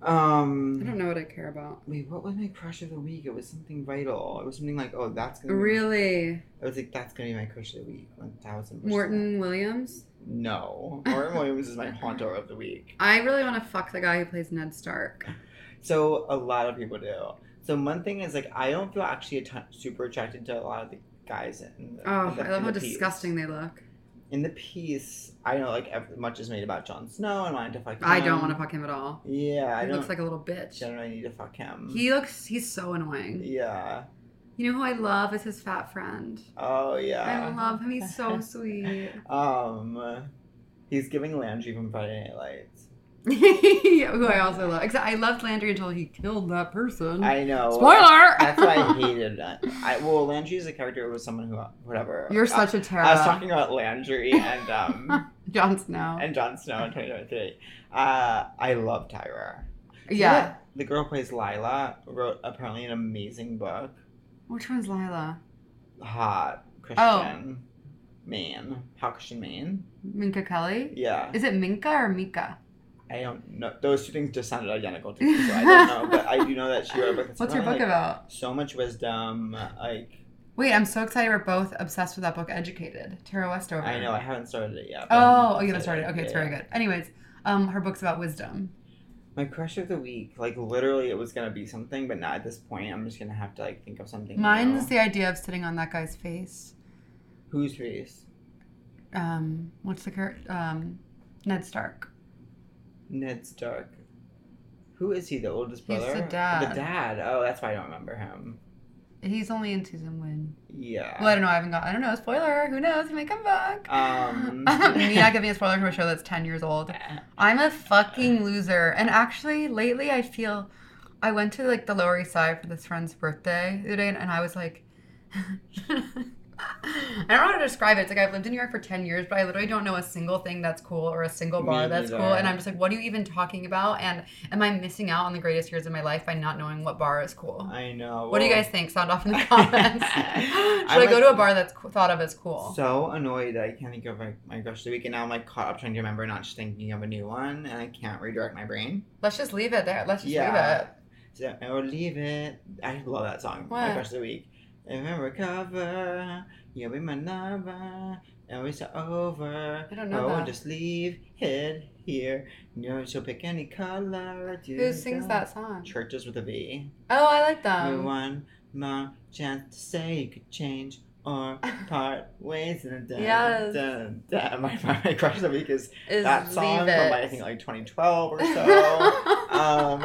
Speaker 2: I don't
Speaker 3: Um.
Speaker 2: know what I care about.
Speaker 3: Wait, what was my crush of the week? It was something vital. It was something like, oh, that's gonna. Be,
Speaker 2: Really,
Speaker 3: I was like, that's gonna be my crush of the week. One thousand.
Speaker 2: Morton Williams?
Speaker 3: No, Morton Williams is my haunter of the week.
Speaker 2: I really want to fuck the guy who plays Ned Stark.
Speaker 3: So a lot of people do. So one thing is like, I don't feel actually a ton, super attracted to a lot of the guys in. The,
Speaker 2: Oh,
Speaker 3: the-
Speaker 2: I love
Speaker 3: in
Speaker 2: how
Speaker 3: the piece.
Speaker 2: disgusting they look.
Speaker 3: In the piece, I know like ev- much is made about Jon Snow and wanted to fuck. Him.
Speaker 2: I don't want to fuck him at all.
Speaker 3: Um, Yeah, I
Speaker 2: He
Speaker 3: don't.
Speaker 2: looks like a little bitch.
Speaker 3: generally need to fuck him.
Speaker 2: He looks. He's so annoying.
Speaker 3: Yeah.
Speaker 2: You know who I love is his fat friend.
Speaker 3: Oh yeah.
Speaker 2: I love him. He's so sweet.
Speaker 3: Um, he's giving Landry from Friday Night Lights.
Speaker 2: who I also love. Except I loved Landry until he killed that person.
Speaker 3: I know.
Speaker 2: Spoiler.
Speaker 3: That's why I hated that. I well, Landry is a character with someone who whatever.
Speaker 2: You're
Speaker 3: I,
Speaker 2: such a terror.
Speaker 3: I was talking about Landry and um
Speaker 2: Jon Snow.
Speaker 3: and Jon Snow in 2023. Uh, I love Tyra.
Speaker 2: yeah.
Speaker 3: The girl who plays Lila wrote apparently an amazing book.
Speaker 2: Which one's Lila?
Speaker 3: Hot
Speaker 2: Oh.
Speaker 3: Christian man. Hot Christian man.
Speaker 2: Minka Kelly?
Speaker 3: Yeah.
Speaker 2: Is it Minka or Mika?
Speaker 3: I don't know. Those two things just sounded identical to me, so I don't know. But I do know that she wrote a book. that's
Speaker 2: What's her
Speaker 3: apparently,
Speaker 2: book
Speaker 3: like,
Speaker 2: about?
Speaker 3: so much wisdom. Like
Speaker 2: Wait, I'm so excited we're both obsessed with that book, Educated. Tara Westover.
Speaker 3: I know I haven't started it yet. but I'm
Speaker 2: Oh, oh, you
Speaker 3: excited.
Speaker 2: haven't started. Okay, it's
Speaker 3: Yeah,
Speaker 2: very
Speaker 3: yeah.
Speaker 2: good. Anyways, um, her book's about wisdom.
Speaker 3: My crush of the week, like literally, it was gonna be something, but not at this point. I'm just gonna have to like think of something.
Speaker 2: Mine's
Speaker 3: new.
Speaker 2: the idea of sitting on that guy's face.
Speaker 3: whose face?
Speaker 2: Um, what's the current? Um, Ned Stark.
Speaker 3: Ned Stark. Who is he? The oldest
Speaker 2: He's the
Speaker 3: brother.
Speaker 2: dad.
Speaker 3: The dad. Oh, that's why I don't remember him.
Speaker 2: He's only in season one.
Speaker 3: Yeah.
Speaker 2: Well, I don't know. I haven't got. I don't know. Spoiler. Who knows? He might come back.
Speaker 3: Um.
Speaker 2: Me not giving a spoiler to a show that's ten years old. I'm a fucking loser. And actually, lately, I feel I went to like the Lower East Side for this friend's birthday the other day, and, and I was like, I don't know how to describe it. It's like I've lived in New York for 10 years, but I literally don't know a single thing that's cool or a single
Speaker 3: Me
Speaker 2: bar that's cool.
Speaker 3: neither.
Speaker 2: And I'm just like, what are you even talking about? And am I missing out on the greatest years of my life by not knowing what bar is cool?
Speaker 3: I know.
Speaker 2: What do you
Speaker 3: well-
Speaker 2: guys think? Sound off in the comments. Should i
Speaker 3: I'm
Speaker 2: go
Speaker 3: like-
Speaker 2: to a bar that's co- thought of as cool?
Speaker 3: So annoyed that I can't think of my, my crush of the week, and now I'm like caught up trying to remember, not just thinking of a new one, and I can't redirect my brain.
Speaker 2: Let's just leave it there. Let's just leave
Speaker 3: Yeah.
Speaker 2: it.
Speaker 3: So I will leave it. I love that song.
Speaker 2: What?
Speaker 3: My crush of the week. If I recover, you'll be my lover. And it's over.
Speaker 2: I don't know
Speaker 3: Oh,
Speaker 2: that.
Speaker 3: just leave it here. No, she'll pick any color.
Speaker 2: Who sings that song?
Speaker 3: Churches with a V.
Speaker 2: Oh, I like
Speaker 3: We
Speaker 2: them.
Speaker 3: one more chance to say you could change or part ways. Dun, dun,
Speaker 2: Yes.
Speaker 3: dun, dun. My, my, my crush of the week is
Speaker 2: Is
Speaker 3: that song
Speaker 2: Leave It.
Speaker 3: from I think like 2012 or so. um,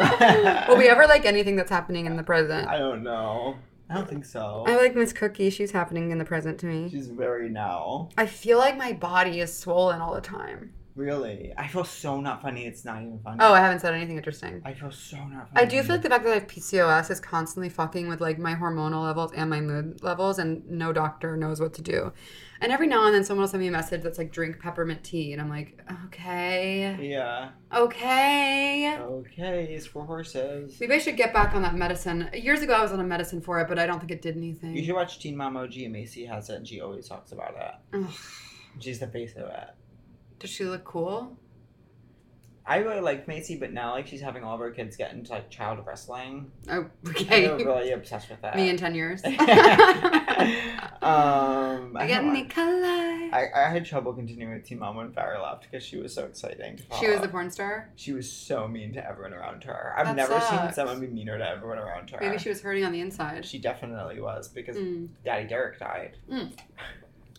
Speaker 2: Will we ever like anything that's happening in the present?
Speaker 3: I don't know. I don't think so.
Speaker 2: I like Miss Cookie. She's happening in the present to me.
Speaker 3: She's very now.
Speaker 2: I feel like my body is swollen all the time.
Speaker 3: Really, I feel so not funny. It's not even funny.
Speaker 2: Oh, I haven't said anything interesting.
Speaker 3: I feel so not funny.
Speaker 2: I do feel like the fact that I have PCOS is constantly fucking with like my hormonal levels and my mood levels, and no doctor knows what to do. And every now and then, someone will send me a message that's like, "Drink peppermint tea," and I'm like, "Okay,
Speaker 3: Yeah.
Speaker 2: okay."
Speaker 3: Okay, it's for horses.
Speaker 2: Maybe I should get back on that medicine. Years ago, I was on a medicine for it, but I don't think it did anything.
Speaker 3: You should watch Teen Mom OG. Macy has it, and she always talks about that.
Speaker 2: Ugh.
Speaker 3: She's the face of it.
Speaker 2: Does she look cool?
Speaker 3: I really like Macy, but now like she's having all of her kids get into like child wrestling.
Speaker 2: Oh, okay.
Speaker 3: I'm really obsessed with that.
Speaker 2: Me in 10 years.
Speaker 3: um, I,
Speaker 2: Again,
Speaker 3: don't-
Speaker 2: Nikolai.
Speaker 3: I, I had trouble continuing with Teen Mom when Farrah left because she was so exciting. to
Speaker 2: She was
Speaker 3: follow.
Speaker 2: the porn star.
Speaker 3: She was so mean to everyone around her. I've
Speaker 2: That
Speaker 3: never seen
Speaker 2: sucks.
Speaker 3: someone be meaner to everyone around her.
Speaker 2: Maybe she was hurting on the inside.
Speaker 3: She definitely was because
Speaker 2: Mm.
Speaker 3: Daddy Derek died.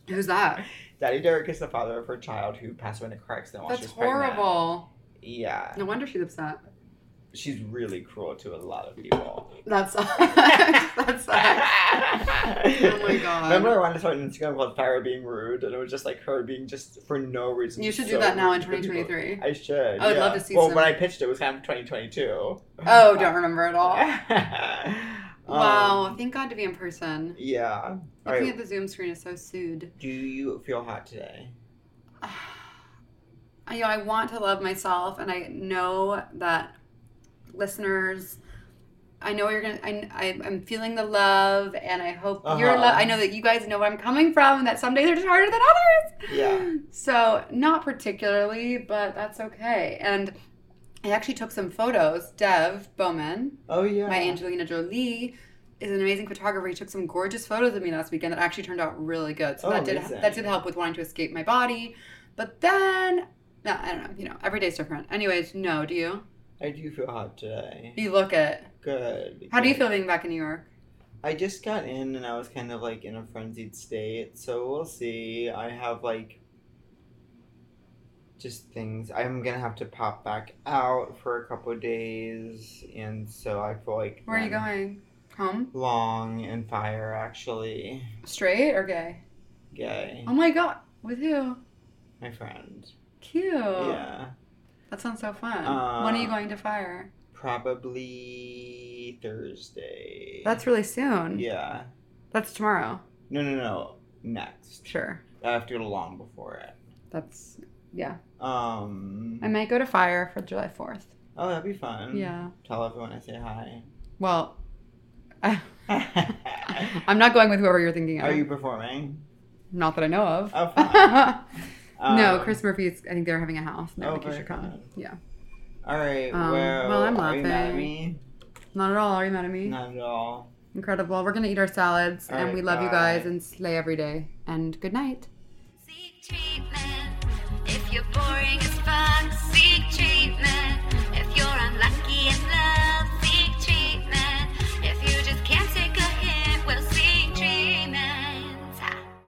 Speaker 2: Who's that?
Speaker 3: Daddy Derek is the father of her child who passed away in a car accident while
Speaker 2: That's
Speaker 3: she was pregnant.
Speaker 2: horrible.
Speaker 3: Yeah,
Speaker 2: No wonder she's upset.
Speaker 3: she's really cruel to a lot of people.
Speaker 2: That sucks. that sucks.
Speaker 3: oh
Speaker 2: my God.
Speaker 3: Remember, I wanted to start an Instagram called Farrah Being Rude, and it was just like her being just for no reason.
Speaker 2: You should do
Speaker 3: so
Speaker 2: that now in
Speaker 3: rude to people.
Speaker 2: 2023.
Speaker 3: I should.
Speaker 2: I would
Speaker 3: yeah.
Speaker 2: love to see
Speaker 3: Well,
Speaker 2: some-
Speaker 3: when I pitched it, it was kind of 2022.
Speaker 2: Oh, don't remember at all. Wow.
Speaker 3: Um,
Speaker 2: Thank God to be in person.
Speaker 3: Yeah. All
Speaker 2: Looking
Speaker 3: right.
Speaker 2: at the Zoom screen is so sued.
Speaker 3: Do you feel hot today?
Speaker 2: I, you know, I want to love myself, and I know that listeners. I know you're gonna. I, I, I'm feeling the love, and I hope you're.
Speaker 3: Uh-huh.
Speaker 2: Lo- I know that you guys know where I'm coming from, and that some days are just harder than others.
Speaker 3: Yeah.
Speaker 2: So not particularly, but that's okay. And I actually took some photos. Dev Bowman,
Speaker 3: Oh yeah.
Speaker 2: my Angelina Jolie, is an amazing photographer. He took some gorgeous photos of me last weekend that actually turned out really good. So
Speaker 3: Oh,
Speaker 2: that did
Speaker 3: amazing.
Speaker 2: that did help with wanting to escape my body. But then no, I don't know. You know, every day's different. Anyways, no. Do you?
Speaker 3: I do feel hot today.
Speaker 2: You look it.
Speaker 3: Good.
Speaker 2: How do you
Speaker 3: good.
Speaker 2: feel being back in New York?
Speaker 3: I just got in and I was kind of like in a frenzied state, so we'll see. I have like just things. I'm gonna have to pop back out for a couple of days, and so I feel like
Speaker 2: Where are you
Speaker 3: I'm
Speaker 2: going? Home?
Speaker 3: Long and fire, actually.
Speaker 2: Straight or gay?
Speaker 3: Gay,
Speaker 2: Oh my god. With who?
Speaker 3: my friend.
Speaker 2: Cute.
Speaker 3: Yeah,
Speaker 2: That sounds so fun. when are you
Speaker 3: Uh,
Speaker 2: going to fire?
Speaker 3: probably Thursday.
Speaker 2: That's really soon.
Speaker 3: yeah.
Speaker 2: That's tomorrow.
Speaker 3: No, no, no. Next,
Speaker 2: Sure.
Speaker 3: I have to go long before it.
Speaker 2: That's yeah.
Speaker 3: Um.
Speaker 2: I might go to fire for July fourth.
Speaker 3: Oh, that'd be fun.
Speaker 2: Yeah.
Speaker 3: Tell everyone I say hi.
Speaker 2: Well, I, I'm not going with whoever you're thinking of.
Speaker 3: Are you performing?
Speaker 2: Not that I know of.
Speaker 3: Oh, fine.
Speaker 2: no,
Speaker 3: Um,
Speaker 2: Chris Murphy's. I think they're having a house. and They're
Speaker 3: Oh,
Speaker 2: like, you
Speaker 3: very
Speaker 2: should come.
Speaker 3: good.
Speaker 2: Yeah.
Speaker 3: All right.
Speaker 2: Um,
Speaker 3: well,
Speaker 2: well, I'm
Speaker 3: Are you mad at
Speaker 2: laughing.
Speaker 3: me?
Speaker 2: Not at all. Are you mad at me?
Speaker 3: Not at all.
Speaker 2: Incredible. We're gonna eat our salads,
Speaker 3: All
Speaker 2: and
Speaker 3: right,
Speaker 2: we love you
Speaker 3: bye.
Speaker 2: guys, and slay every day. And good night.
Speaker 1: Seek treatment if you're boring as fuck.